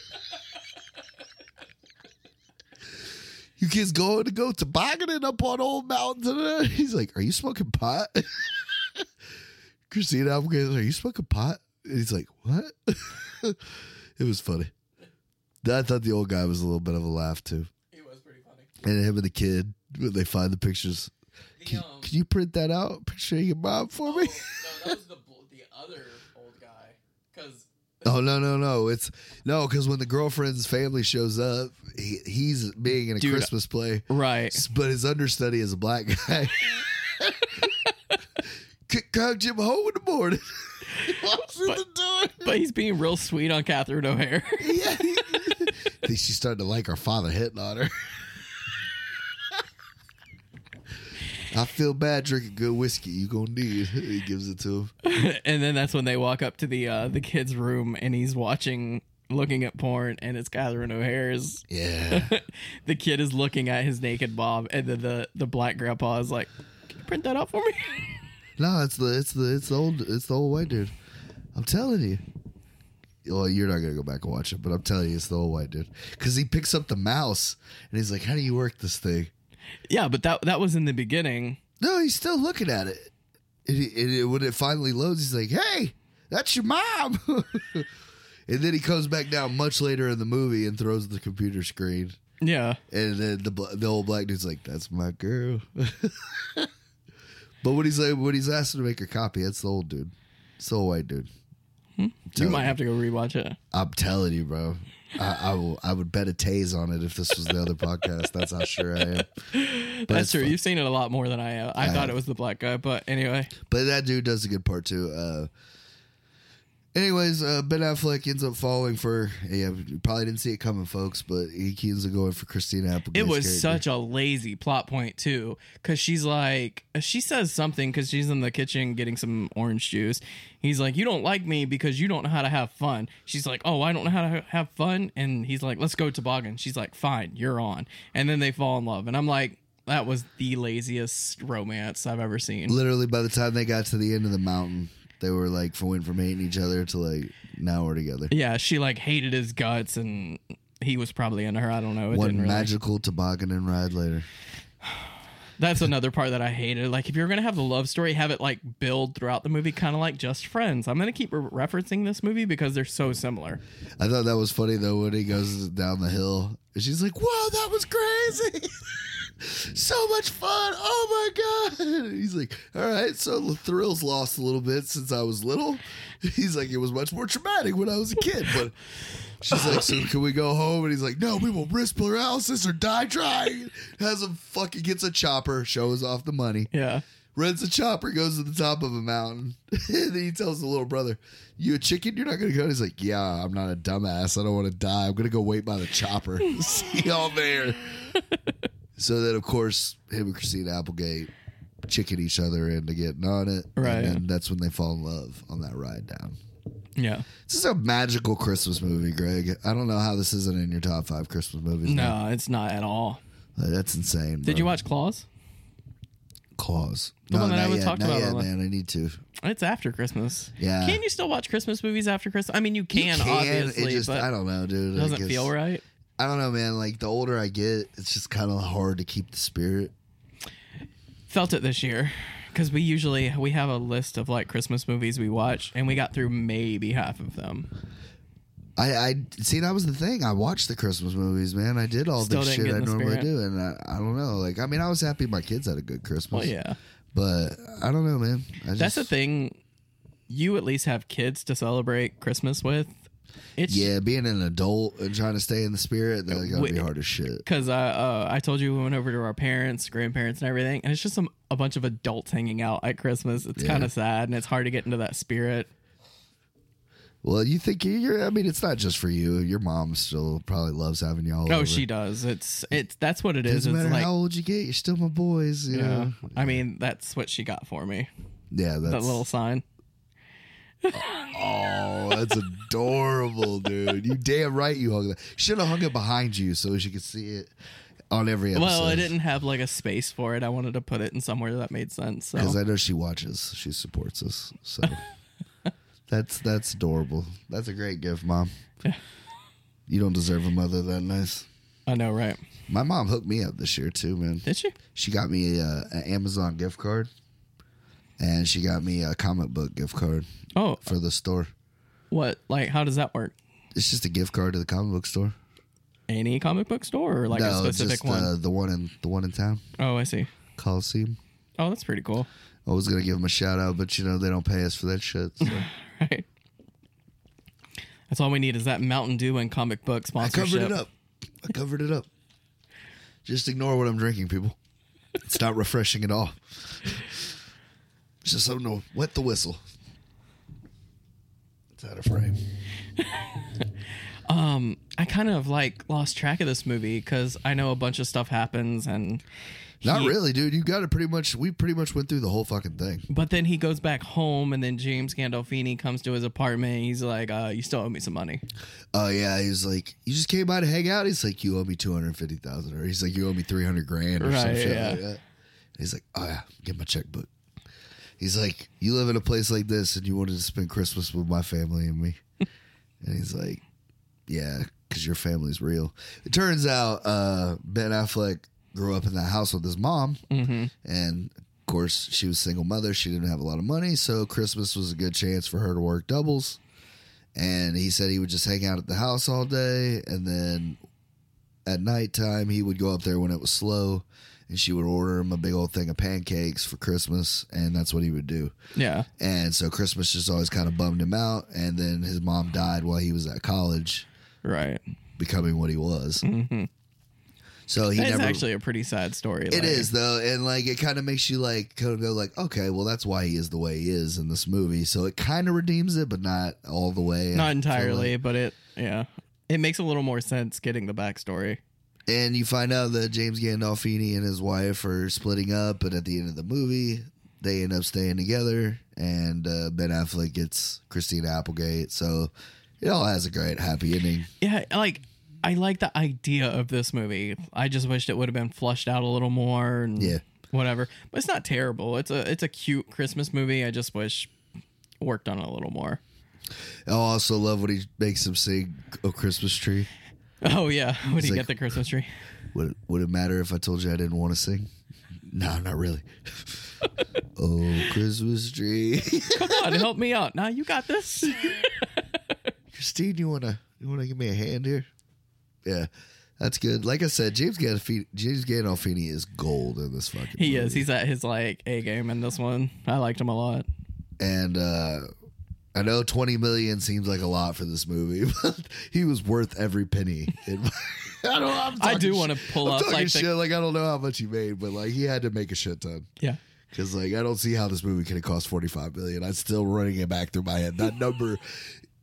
you kids going to go tobogganing up on old mountains. And he's like, are you smoking pot? Christina Applegate's like, are you smoking pot? And he's like, what? it was funny. I thought the old guy was a little bit of a laugh too.
It was pretty funny.
And him and the kid, when they find the pictures,
The,
can,
um,
can you print that out? Picture your mom for
oh, no,
me?
that was the, bl- the other old guy. Because
Oh no no no! It's no because when the girlfriend's family shows up, he, he's being in a
Dude.
Christmas play,
right,
s- but his understudy is a black guy. Kick out Jim home in the morning. Walks in the door.
but he's being real sweet on Catherine O'Hare.
Yeah. I think she's starting to like her father hitting on her. I feel bad drinking good whiskey. You gonna need. He gives it to him.
and then that's when they walk up to the uh, the kid's room, and he's watching, looking at porn, and it's Catherine O'Hare's.
Yeah.
the kid is looking at his naked mom, and then the the black grandpa is like, "Can you print that out for me?"
No, it's the it's the it's the old it's the old white dude. I'm telling you. Well, you're not gonna go back and watch it, but I'm telling you, it's the old white dude. Because he picks up the mouse and he's like, "How do you work this thing?"
yeah, but that that was in the beginning.
No, he's still looking at it. And, he, and it- when it finally loads, he's like, "Hey, that's your mom." and then he comes back down much later in the movie and throws the computer screen.
Yeah,
And then the bl- the old black dude's like, "That's my girl." but when he's like, when he's asked to make a copy, that's the old dude, it's the old white dude. I'm
Hmm? you
telling
might have to go rewatch it.
I'm telling you, bro. I, I will. I would bet a tase on it if this was the other podcast. That's how sure I am. But
That's
it's
true.
fun.
You've seen it a lot more than I. Uh, I, thought it was the black guy, but anyway,
But that dude does a good part too. Uh, anyways, uh, Ben Affleck ends up falling for. Yeah, you probably didn't see it coming, folks. But he ends up going for Christina Applegate's
it was
character.
such a lazy plot point too because she's like she says something because she's in the kitchen getting some orange juice he's like you don't like me because you don't know how to have fun she's like oh i don't know how to ha- have fun and he's like let's go toboggan she's like fine you're on and then they fall in love and i'm like that was the laziest romance i've ever seen
Literally, by the time they got to the end of the mountain, they were like from went from hating each other to like now we're together.
yeah she like hated his guts and he was probably into her i don't know it
One
didn't really
magical toboggan and ride later.
That's another part that I hated. Like, if you're gonna have the love story, have it like build throughout the movie, kind of like Just Friends. I'm gonna keep re- referencing this movie because they're so similar.
I thought that was funny though when he goes down the hill. And she's like, "Wow, that was crazy! so much fun! Oh my god!" And he's like, "All right, so the thrills lost a little bit since I was little." He's like, "It was much more traumatic when I was a kid." But she's like, "So can we go home?" And he's like, "No, we will risk paralysis or die trying." Has a fucking gets a chopper, shows off the money
Yeah,
rents a chopper, goes to the top of a mountain. and then he tells the little brother, You a chicken? You're not going to go. And he's like, Yeah, I'm not a dumbass. I don't want to die. I'm going to go wait by the chopper. See y'all there. so then, of course, him and Christina Applegate chicken each other into getting on it.
Right.
And then that's when they fall in love on that ride down.
yeah.
This is a magical Christmas movie, Greg. I don't know how this isn't in your top five Christmas movies. man.
No, it's not at all.
Uh, that's insane.
Did
bro.
you watch Claws?
Claws?
The one that I
not
haven't
yet,
talked
not
about
yet,
on the-
man. I need to.
It's after Christmas.
Yeah.
Can you still watch Christmas movies after Christmas? I mean, you
Uh, You
can, obviously,
It just,
but
I don't know, dude.
it
I
doesn't
guess-
feel right.
I don't know, man. Like the older I get, it's just kind of hard to keep the spirit.
Felt it this year because we usually we have a list of like Christmas movies we watch, and we got through maybe half of them.
I, I see that was the thing. I watched the Christmas movies, man. I did all
Still
the
didn't
shit
get
I
in the
normally
spirit.
do, and I, I don't know. Like, I mean, I was happy my kids had a good Christmas.
Well, yeah.
but I don't know, man. I just,
That's the thing. You at least have kids to celebrate Christmas with. It's
Yeah, being an adult and trying to stay in the spirit, that's gotta
Wait.
be hard as shit.
because I uh, I told you we went over to our parents, grandparents, and everything, and it's just some a bunch of adults hanging out at Christmas. It's kind of sad, and it's hard to get into that spirit.
Well, you think you're, you're? I mean, it's not just for you. Your mom still probably loves having y'all.
No,
over.
Oh, she does. It's it's that's what it is.
Doesn't
It's
matter
like
how old you get, you're still my boys. You
yeah.
know?
I mean, that's what she got for me.
Yeah, that's
That little sign.
Oh, that's adorable, dude. You damn right you hung that. Should have hung it behind you so she could see it on every episode.
Well, I didn't have like a space for it. I wanted to put it in somewhere that made sense. So
because I know she watches. She supports us. So that's that's adorable. That's a great gift, mom. You don't deserve a mother that nice.
I know, right?
My mom hooked me up this year too, man.
Did she?
She got me uh, an Amazon gift card, and she got me a comic book gift card
Oh,
for the store.
what? Like, how does that work?
It's just a gift card to the comic book store.
Any comic book store or like a
no,
specific
just
one?
Uh, the one in the one in town,
oh, I see.
Coliseum.
Oh, that's pretty cool.
I was gonna give them a shout out, but you know they don't pay us for that shit. So.
Right. That's all we need is that Mountain Dew and comic book
I
sponsorship.
covered it up. I covered it up. Just ignore what I'm drinking, people. It's not refreshing at all. It's just something to wet the whistle. It's out of frame.
I kind of like lost track of this movie because I know a bunch of stuff happens and
Not
he-
really, dude. You got it pretty much. We pretty much went through the whole fucking thing.
But then he goes back home, and then James Gandolfini comes to his apartment. And he's like, uh, "You still owe me some money."
Oh yeah, he's like, you just came by to hang out. He's like, you owe me two hundred fifty thousand, or he's like, you owe me three hundred grand, or some
Right,
shit
yeah.
like that. He's like, oh yeah, get my checkbook. He's like, you live in a place like this, and you wanted to spend Christmas with my family and me, and he's like, yeah, because your family's real. It turns out uh, Ben Affleck grew up in that house with his mom,
Mm-hmm.
and of course she was a single mother. She didn't have a lot of money, so Christmas was a good chance for her to work doubles and he said he would just hang out at the house all day and then at nighttime he would go up there when it was slow and she would order him a big old thing of pancakes for christmas and that's what he would do
Yeah,
and so christmas just always kind of bummed him out and then his mom died while he was at college
right.
becoming what he was so he
That's
never
actually a pretty sad story.
it is though, and like it kind of makes you like kind of go like, okay, well that's why he is the way he is in this movie. So it kind of redeems it, but not all the way. I
not
feel like.
entirely, but it yeah, it makes a little more sense getting the backstory.
And you find out that James Gandolfini and his wife are splitting up, but at the end of the movie, they end up staying together, and uh, Ben Affleck gets Christina Applegate. So it all has a great happy ending.
Yeah, like I like the idea of this movie. I just wished it would have been flushed out a little more and
Yeah.
whatever. But it's not terrible. It's a it's a cute Christmas movie. I just wish worked on it a little more.
I also love when he makes him sing "A Christmas Tree."
Oh yeah, when you
like-
get the Christmas tree.
Would would it matter if I told you I didn't want to sing? No, not really. oh, Christmas tree,
Come on, help me out. Now you got this.
Christine, you wanna you wanna give me a hand here? Yeah. That's good. Like I said, James Gandolfini, James Gandolfini is gold in this fucking.
He is.
movie.
He's at his like A game in this one. I liked him a lot.
and uh I know 20 million seems like a lot for this movie, but he was worth every penny. It- I don't. I'm
I do
talking
wanna
sh-
pull
I'm
up,
talking
like, the-
shit. Like I don't know how much he made, but like he had to make a shit ton
Yeah.
because like I don't see how this movie could have cost 45 million. I'm still running it back through my head. That number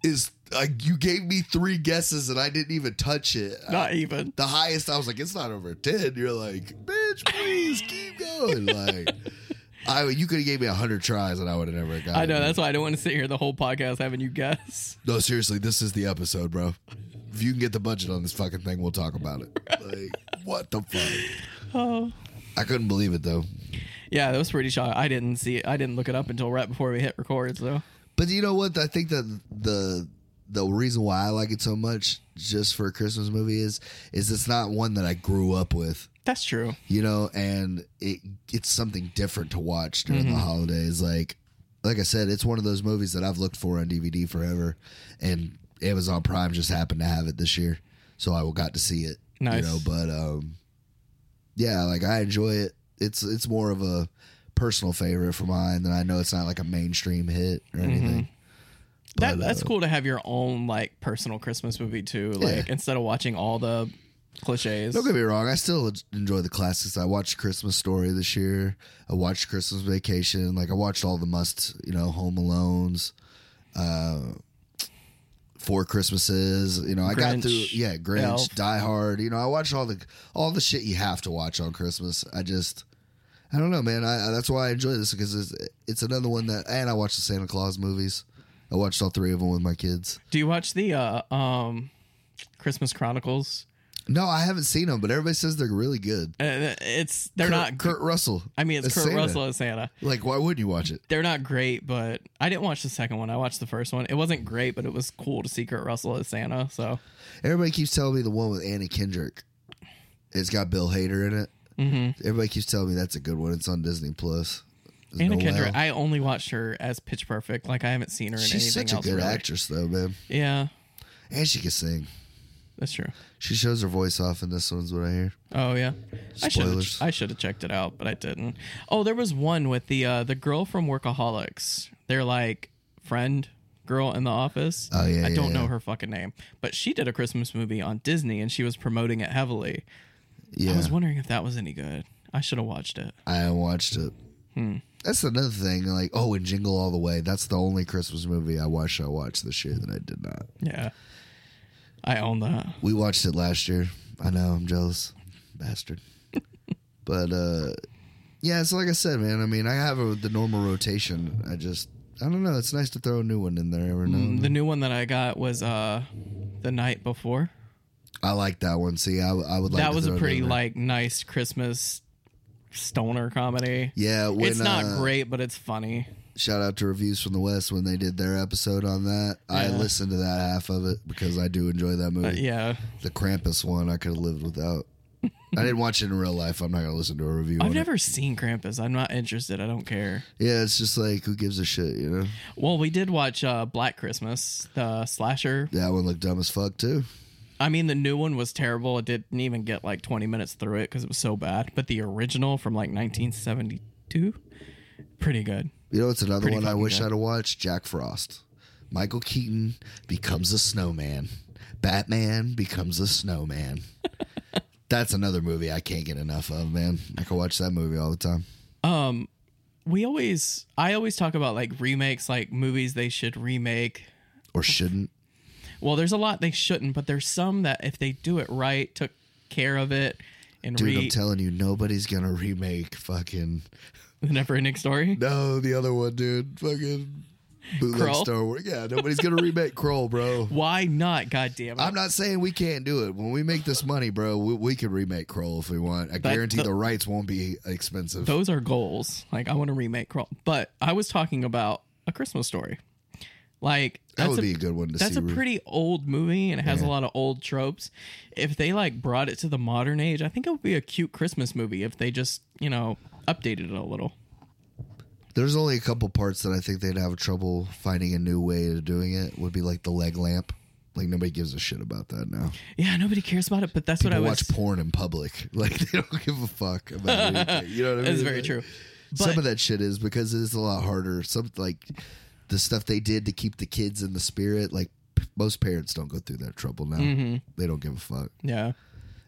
is like you gave me three guesses and I didn't even touch it.
Not even.
the highest I was like, it's not over ten. You're like, bitch, please keep going. Like, I you could have gave me hundred tries and I would have never got.
I
it,
know.
man.
That's why I don't want to sit here the whole podcast having you guess.
No, seriously, this is the episode, bro. If you can get the budget on this fucking thing, we'll talk about it. Like, what the fuck?
Oh.
I couldn't believe it though.
Yeah, that was pretty shot. I didn't see it. I didn't look it up until right before we hit record. So
But you know what? I think that the the reason why I like it so much, just for a Christmas movie, is is it's not one that I grew up with.
that's true.
you know, and it it's something different to watch during the holidays. Like, like I said, it's one of those movies that I've looked for on DVD forever, and Amazon Prime just happened to have it this year, so I got to see it.
Nice.
You know, but um, yeah, like I enjoy it. It's it's more of a personal favorite for mine than I know it's not like a mainstream hit or anything.
That,
But,
that's
uh,
cool to have your own like personal Christmas movie too. Like instead of watching all the cliches.
Don't get me wrong, I still enjoy the classics. I watched Christmas Story this year. I watched Christmas Vacation. Like I watched all the must, you know, Home Alones, uh, Four Christmases. You know, I got
Grinch,
through. Yeah, Grinch,
Elf.
Die Hard. You know, I watched all the all the shit you have to watch on Christmas. I just, I don't know, man. I, I- that's why I enjoy this because it's it's another one that, and I watched the Santa Claus movies. I watched all three of them with my kids.
Do you watch the uh, um, Christmas Chronicles?
No, I haven't seen them, but everybody says they're really good.
Uh, it's they're
Kurt-
not.
Kurt Russell.
I mean, it's
as
Kurt
Santa.
Russell as Santa.
Like, why wouldn't you watch it?
They're not great, but I didn't watch the second one. I watched the first one. It wasn't great, but it was cool to see Kurt Russell as Santa. So
Everybody keeps telling me the one with Annie Kendrick. It's got Bill Hader in it. Mm-hmm. Everybody keeps telling me that's a good one. It's on Disney Plus. There's
Anna
Noelle.
Kendrick, I only watched her as Pitch Perfect. Like I haven't seen her in
She's
anything
such a
else.
good
really.
actress, though, man,
Yeah,
and she can sing.
that's true.
She shows her voice off in this one's what I hear.
Oh yeah, I should
Spoilers.
I should have checked it out, but I didn't. Oh, there was one with the uh, the girl from Workaholics. They're like friend girl in the office.
Oh, yeah,
I
yeah,
don't know
yeah.
her fucking name, but she did a Christmas movie on Disney and she was promoting it heavily.
Yeah,
I was wondering if that was any good. I should have watched it.
I haven't watched it.
Hmm.
That's another thing. Like, oh, and Jingle All the Way. That's the only Christmas movie I wish I watched this year that I did not.
Yeah, I own that.
We watched it last year. I know, I'm jealous. Bastard. but uh yeah, it's like I said, man. I mean, I have a, the normal rotation. I just I don't know, it's nice to throw a new one in there every now and
The
then.
new one that I got was uh, the night before.
I like that one. See, I, I would like
Mm-hmm. that
to
was a
throw it
pretty
in there.
like nice Christmas stoner comedy.
Yeah, when,
it's not
uh,
great, but it's funny.
Shout out to Reviews from the West when they did their episode on that. I
Yeah.
listened to that half of it because I do enjoy that movie.
But yeah,
The Krampus one I could have lived without. I didn't watch it in real life. I'm not gonna listen to a review.
I've
on
never seen Krampus. I'm not interested. I don't care.
it. Yeah, it's just like who gives a shit, you know?
Well, we did watch uh, Black Christmas, the slasher.
That one looked dumb as fuck too.
I mean, the new one was terrible. It didn't even get like 20 minutes through it because it was so bad. But the original from like 1972, pretty good.
You know, it's another
Pretty
one I
fucking
wish
good.
I'd have watched. Jack Frost. Michael Keaton becomes a snowman. Batman becomes a snowman. That's another movie I can't get enough of, man. I could watch that movie all the time.
We always, I always talk about like remakes, like movies they should remake.
Or shouldn't.
Well, there's a lot they shouldn't, but there's some that if they do it right, took care of it, and
Dude,
re
I'm telling you, nobody's gonna remake fucking
the never ending story.
No, the other one, dude. Fucking bootleg
Kroll?
Star Wars. Yeah, nobody's gonna remake Kroll, bro.
Why not? God damn it.
I'm not saying we can't do it. When we make this money, bro, we, we could remake Kroll if we want. I guarantee the rights won't be expensive.
those are goals. Like I want to remake Crawl, but I was talking about a Christmas story. Like
That
that's
would
a,
be a good one to
that's
see.
a pretty old movie and it has a lot of old tropes. If they like brought it to the modern age, I think it would be a cute Christmas movie if they just you know updated it a little.
There's only a couple parts that I think they'd have trouble finding a new way of doing it. Would be like the leg lamp. Like nobody gives a shit about that now.
Yeah, nobody cares about it, but that's
People
what I was.
watch porn in public. Like they don't give a fuck about anything. You know what I mean?
That's very
Like,
true.
Some
But-
of that shit is because it is a lot harder. Some like the stuff they did to keep the kids in the spirit. Like p- most parents don't go through that trouble now.
Mm-hmm.
They don't give a fuck.
Yeah,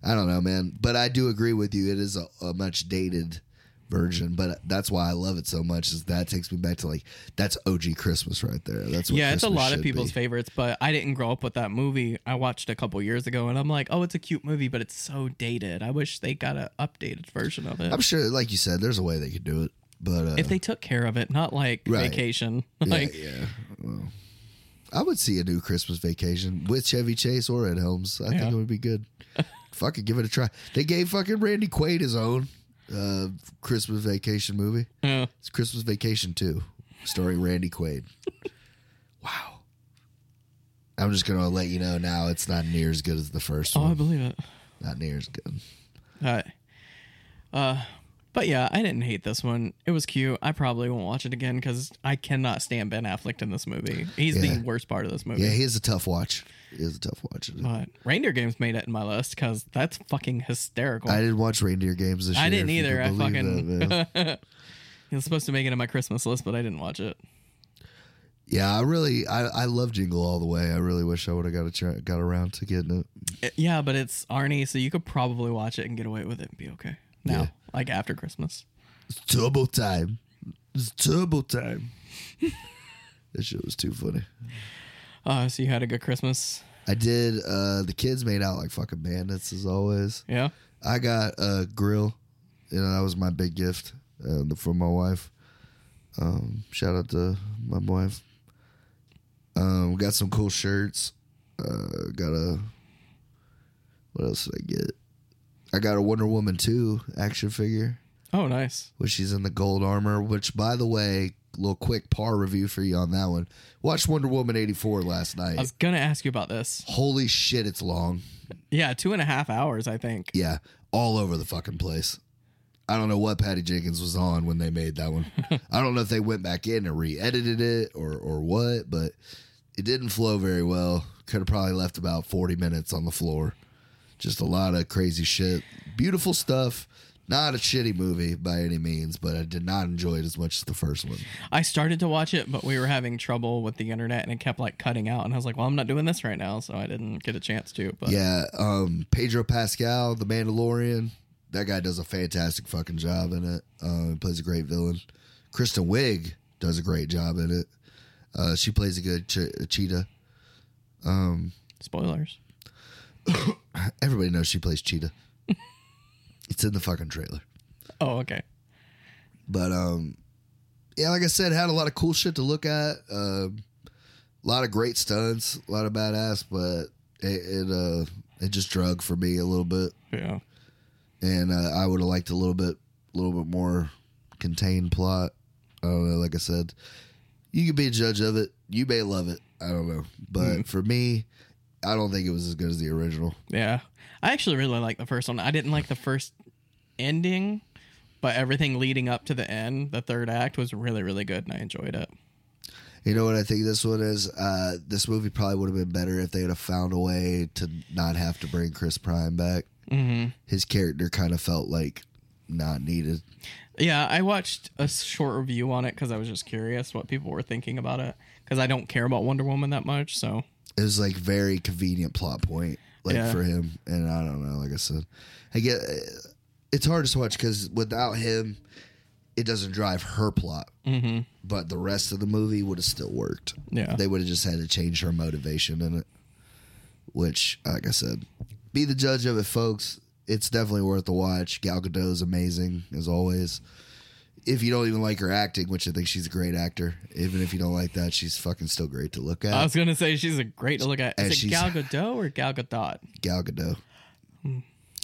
I don't know, man. But I do agree with you. It is a, a much dated version, but that's why I love it so much. Is that takes me back to like that's OG Christmas right there. That's what
yeah, it's a
Christmas
lot of
should be.
people's favorites, but I didn't grow up with that movie. I watched a couple years ago, and I'm like, oh, it's a cute movie, but it's so dated. I wish they got an updated version of it.
I'm sure, like you said, there's a way they could do it, but uh,
if they took care of it, not like
Right.
vacation.
yeah,
Like,
yeah. Well, I would see a new Christmas vacation with Chevy Chase or Ed Helms. I
Yeah.
think it would be good. fucking give it a try. They gave fucking Randy Quaid his own uh, Christmas vacation movie.
yeah.
It's Christmas Vacation 2, starring Randy Quaid. wow. I'm just going to let you know now it's not near as good as the first
oh,
one.
I believe it.
Not near as good.
All right. Uh, But yeah, I didn't hate this one. It was cute. I probably won't watch it again because I cannot stand Ben Affleck in this movie. He's
Yeah.
the worst part of this movie.
Yeah, he is a tough watch. He is a tough watch.
but Reindeer Games made it in my list because that's fucking hysterical.
I didn't watch reindeer games this year.
I didn't
if you
either. I
could believe
fucking.
that, man.
He was supposed to make it in my Christmas list, but I didn't watch it.
yeah, I really, I, I love Jingle All the Way. I really wish I would have got a try, got around to getting it.
It- Uh, yeah, but it's Arnie, so you could probably watch it and get away with it and be okay. Now,
Yeah.
like after Christmas.
It's turbo time. It's turbo time. this shit was too funny.
Uh, so you had a good Christmas.
I did. uh The kids made out like fucking bandits as always.
Yeah.
I got a grill. You know, that was my big gift uh, from my wife. Um, shout out to my wife. Um, got some cool shirts. Uh, got a. What else did I get? I got a Wonder Woman 2 action figure,
Oh, nice.
which she's in the gold armor, which, by the way, little quick par review for you on that one. Watched Wonder Woman 84 last night.
I was gonna ask you about this.
Holy shit, it's long.
Yeah, two and a half hours, I think.
Yeah, all over the fucking place. I don't know what Patty Jenkins was on when they made that one. I don't know if they went back in and re-edited it or or what, but it didn't flow very well. Could have probably left about 40 minutes on the floor. Just a lot of crazy shit. Beautiful stuff. Not a shitty movie by any means, but I did not enjoy it as much as the first one.
I started to watch it, but we were having trouble with the internet, and it kept like cutting out. And I was like, "Well, I'm not doing this right now," so I didn't get a chance to. But
Yeah, um, Pedro Pascal, the Mandalorian. That guy does a fantastic fucking job in it. Uh, he plays a great villain. Kristen Wiig does a great job in it. Uh, she plays a good che- cheetah. Um,
spoilers.
Everybody knows she plays cheetah. it's in the fucking trailer.
Oh, okay.
But um, yeah, like I said, had a lot of cool shit to look at. Uh, a lot of great stunts, a lot of badass, but it it, uh, it just drug for me a little bit.
Yeah.
and uh, I would have liked a little bit, a little bit more contained plot. I don't know. Like I said, you could be a judge of it. You may love it. I don't know, but for me, I don't think it was as good as the original.
Yeah. I actually really like the first one. I didn't like the first ending, but everything leading up to the end, the third act was really, really good and I enjoyed it.
You know what I think this one is? Uh, this movie probably would have been better if they would have found a way to not have to bring Chris Prime back.
Mhm.
His character kind of felt like not needed.
Yeah, I watched a short review on it because I was just curious what people were thinking about it because I don't care about Wonder Woman that much. So,
it was like very convenient plot point like
Yeah.
for him and i don't know like i said i get it's hard to watch because without him it doesn't drive her plot
Mhm.
but the rest of the movie would have still worked
yeah.
they would have just had to change her motivation in it which like i said be the judge of it folks it's definitely worth the watch gal gadot's amazing as always if you don't even like her acting which i think she's a great actor even if you don't like that she's fucking still great to look at
I was going to say she's a great to look at.
And
Is it
she's-
Gal Gadot or Gal Gadot?
Gal Gadot.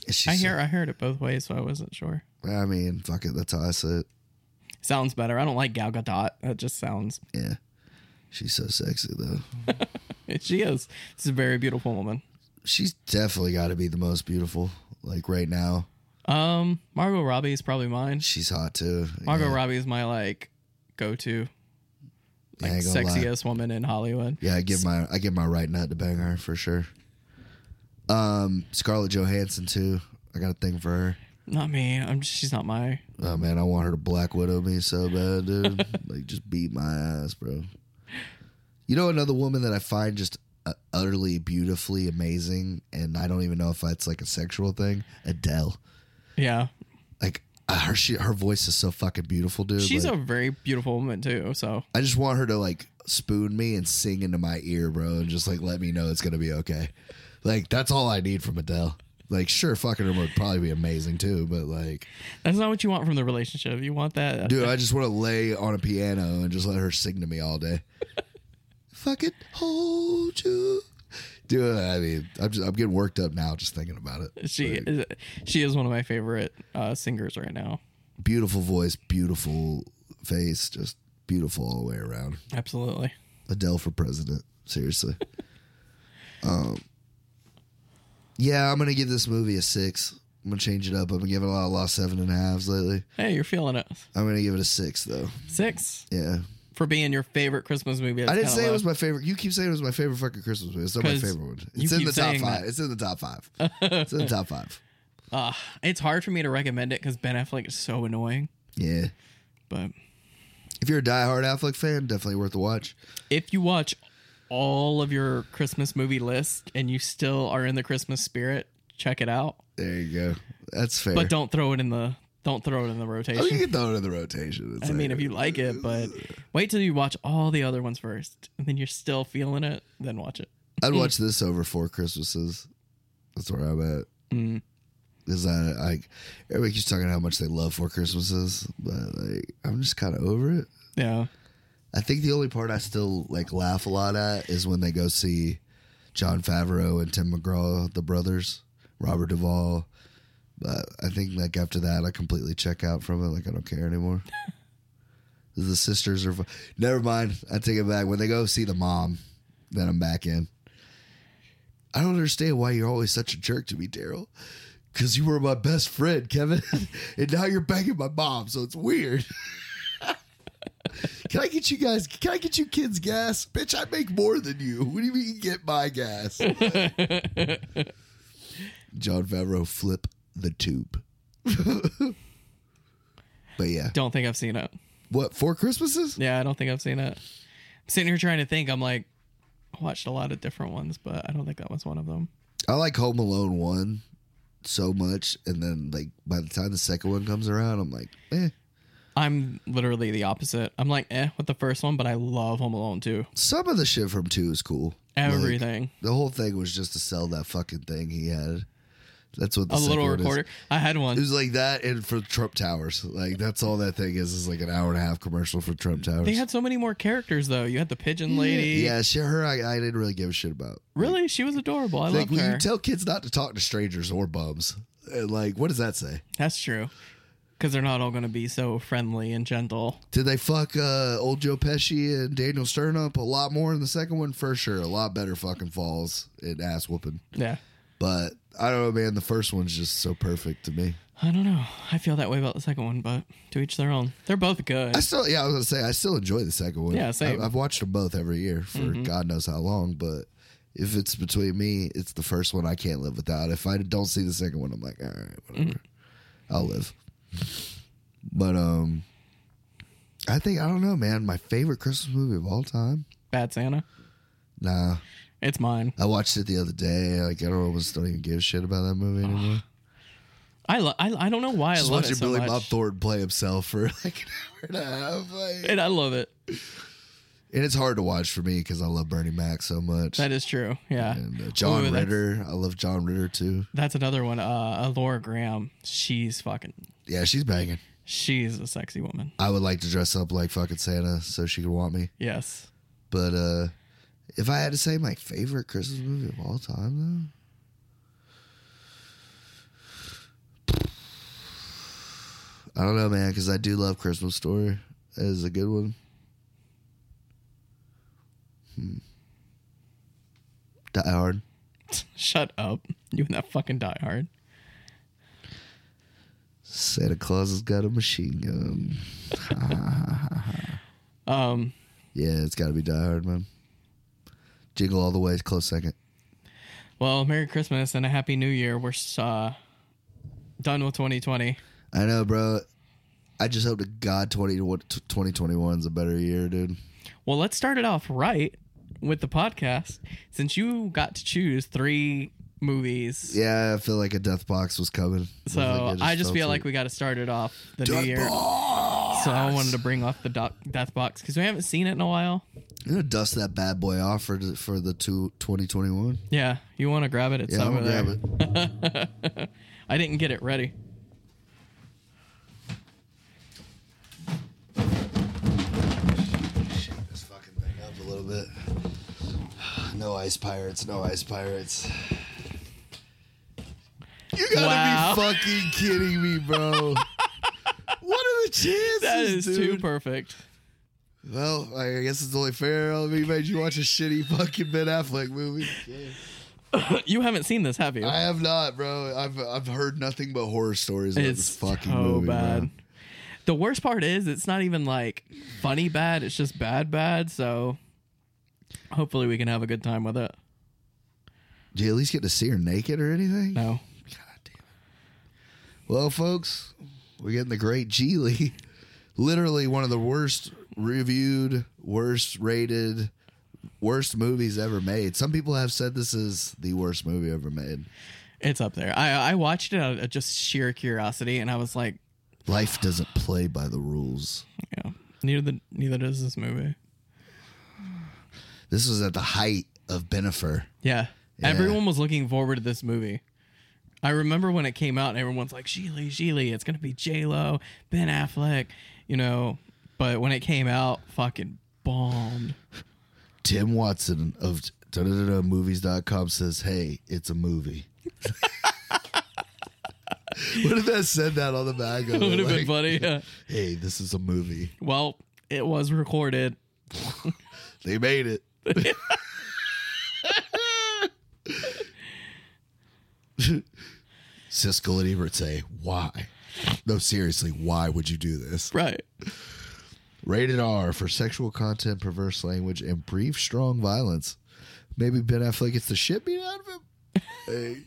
She's,
Hmm. I hear I heard it both ways, so I wasn't sure.
I mean, fuck it. That's how I say it.
Sounds better. I don't like Gal Gadot. That just sounds.
Yeah, she's so sexy though.
She is. She's a very beautiful woman.
She's definitely got to be the most beautiful. Like right now,
Um, Margot Robbie is probably mine.
she's hot too.
Margot
yeah,
Robbie is my like go-to,
I
like
ain't gonna lie.
sexiest woman in Hollywood.
Yeah, I give my I give my right nut to bang her for sure. Um, Scarlett Johansson too. I got a thing for her.
Not me. I'm just, she's not my.
Oh man, I want her to black widow me so bad, dude. like just beat my ass, bro. You know another woman that I find just uh, utterly beautifully amazing, and I don't even know if that's like a sexual thing. Adele,
Yeah,
like uh, her, she, her voice is so fucking beautiful, dude.
she's
like,
a very beautiful woman too. So
I just want her to like spoon me and sing into my ear, bro, and just like let me know it's gonna be okay. Like that's all I need from Adele. Like sure, fucking her would probably be amazing too, but like
that's not what you want from the relationship. You want that. uh,
Dude, I just want to lay on a piano and just let her sing to me all day. Fucking hold you. Dude, I mean, I'm just I'm getting worked up now just thinking about it.
She is, she is one of my favorite uh, singers right now.
Beautiful voice, beautiful face, just beautiful all the way around.
Absolutely.
Adele for president, seriously. um, yeah, I'm gonna give this movie a six. I'm gonna change it up. I've been giving a lot of lost seven and a halves lately.
Hey, you're feeling it.
I'm gonna give it a six though.
Six
Yeah,
for being your favorite Christmas movie. That's
I didn't
kinda
say it
low.
was my favorite. You keep saying it was my favorite fucking Christmas movie. It's not my
'Cause
favorite one.
you
It's in
keep
the top
saying
five.
that.
It's in the top five. it's in the top five.
Uh, it's hard for me to recommend it because Ben Affleck is so annoying.
Yeah.
But
If you're a diehard Affleck fan, definitely worth the watch.
if you watch all of your Christmas movie list and you still are in the Christmas spirit, check it out.
There you go. That's fair.
But don't throw it in the don't throw it in the
I mean, you
rotation.
can throw it in the rotation. It's
I mean,
like- uh,
if you like it, but wait till you watch all the other ones first, and then you're still feeling it, then watch it.
I'd watch this over four Christmases. That's where I'm at.
Mm.
Is that like everybody keeps talking how much they love Four Christmases, but like I'm just kind of over it.
Yeah.
I think the only part I still like laugh a lot at is when they go see John Favreau and Tim McGraw, the brothers, Robert Duvall. But I think like after that, I completely check out from it. Like I don't care anymore. the sisters are. fu- Never mind. I take it back. When they go see the mom, then I'm back in. I don't understand why you're always such a jerk to me, Daryl. Because you were my best friend, Kevin, and now you're banging my mom, so it's weird. Can I get you guys? Can I get you kids gas? Bitch, I make more than you. What do you mean you get my gas? John Favreau flip the tube. but yeah,
Don't think I've seen it.
what four Christmases?
Yeah, I don't think I've seen it. I'm sitting here trying to think. I'm like, I watched a lot of different ones, but I don't think that was one of them.
I like Home Alone one so much, and then like by the time the second one comes around, I'm like, eh.
I'm literally the opposite. I'm like, eh, with the first one, but I love Home Alone too.
Some of the shit from two is cool. Like,
Everything.
the whole thing was just to sell that fucking thing he had. That's what the
a little
second one is.
recorder. I had
It
one.
was like that and for Trump Towers. Like that's all that thing is is like an hour and a half commercial for Trump Towers.
They had so many more characters though. You had the pigeon lady.
Yeah, she, her I, I didn't really give a shit about.
Really, she was adorable. I
Like
love
will
her.
you tell kids not to talk to strangers or bums? And like what does that say?
That's true. Because they're not all going to be so friendly and gentle.
Did they fuck uh, old Joe Pesci and Daniel Stern up a lot more in the second one? For sure. A lot better fucking falls and ass whooping.
Yeah.
But I don't know, man. The first one's just so perfect to me.
I don't know. I feel that way about the second one, but to each their own. They're both good.
I still, yeah, I was gonna say I still enjoy the second one.
Yeah, same. Mm-hmm.
I, I've watched them both every year for God knows how long, but if it's between me, it's the first one I can't live without. If I don't see the second one, I'm like, all right, whatever,
Mm-hmm.
I'll live. But um, I think I don't know, man. My favorite Christmas movie of all time.
Bad Santa.
Nah,
It's mine.
I watched it the other day. Like I don't almost don't even give a shit about that movie anymore.
I, lo- I I don't know why I
Just
love it
watching
so
Billy
much.
Bob Thornton play himself for like an hour and a half. Like,
and I love it.
And it's hard to watch for me because I love Bernie Mac so much.
That is true. Yeah.
and uh, John
Ooh, that's-
Ritter, I love John Ritter too.
That's another one. Uh, Laura Graham. She's fucking.
Yeah, she's banging.
She's a sexy woman.
I would like to dress up like fucking Santa so she could want me.
Yes.
But uh if I had to say my favorite Christmas movie of all time, though, I don't know, man, because I do love Christmas Story as a good one. Hmm. Die Hard.
Shut up. You and that fucking Die Hard.
Santa Claus has got a machine gun.
Um,
Yeah, it's got to be Die Hard, man. Jingle all the way is close second.
well, Merry Christmas and a Happy New Year. We're uh, done with 2020.
I know, bro. I just hope to God 20, 2021 is a better year, dude.
Well, let's start it off right with the podcast since you got to choose three movies.
Yeah, I feel like a death box was coming.
So I just,
felt
feel
it.
like we got to start it off the new
death
year.
box.
So I wanted to bring off the doc- Death Box because we haven't seen it in a while.
I'm gonna dust that bad boy off for the, for the two, 2021.
Yeah, you want to grab it? It's
Yeah, I'm
over
gonna
there.
grab it.
I didn't get it ready.
Shake this fucking thing up a little bit. No ice pirates, no ice pirates. You gotta
Wow.
be fucking kidding me, bro. what are the chances?
That is
dude?
too perfect.
Well, I guess it's only fair. I mean, made you watch a shitty fucking Ben Affleck movie. Yeah.
you haven't seen this, have you?
I have not, bro. I've I've heard nothing but horror stories about
it's
this fucking
so
movie.
bad.
Bro.
The worst part is it's not even like funny bad. It's just bad bad. So hopefully we can have a good time with it.
Did you at least get to see her naked or anything?
No.
God damn. it. Well, folks, we're getting the great Geely. Literally one of the worst reviewed, worst rated, worst movies ever made. Some people have said this is the worst movie ever made.
It's up there. I I watched it out of just sheer curiosity, and I was like,
Life doesn't play by the rules.
yeah, neither the, neither does this movie.
This was at the height of Benefer.
Yeah. everyone was looking forward to this movie. I remember when it came out, and everyone's like, "Sheely, Sheely, it's gonna be J Lo, Ben Affleck," you know. But when it came out, fucking bombed.
Tim Watson of movies.com says, Hey, it's a movie. what if that said that on the back of it?
It would have
like,
been funny. Yeah.
Hey, this is a movie.
Well, it was recorded.
They made it. Siskel and Ebert say, Why? No, seriously, why would you do this?
Right.
Rated R for sexual content, perverse language, and brief, strong violence. Maybe Ben Affleck gets the shit beat out of him. Hey.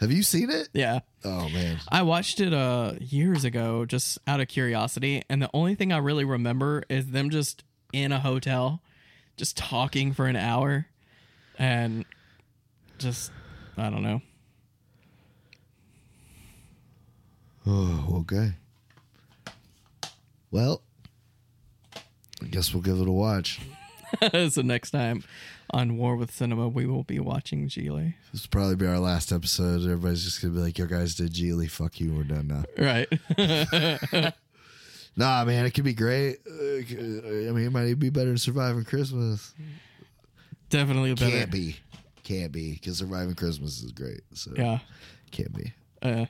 Have you seen it?
Yeah.
Oh man,
I watched it uh years ago just out of curiosity and the only thing I really remember is them just in a hotel just talking for an hour and just I don't know.
Oh, okay. Well, I guess we'll give it a watch.
so next time on War with Cinema we will be watching Geely.
This will probably be our last episode. Everybody's just gonna be like, "Yo, guys, did Geely? Fuck you, we're done now."
Right.
Nah, man, it could be great. Uh, I mean, it might even be better than surviving Christmas.
Definitely better.
Can't be, can't be, because surviving Christmas is great. So
Yeah.
can't be.
Uh,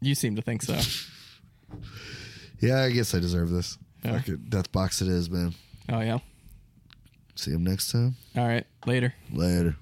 you seem to think so.
Yeah, I guess I deserve this.
Yeah.
Fuck it, death box it is, man.
Oh yeah.
See him next time.
All right. Later.
Later.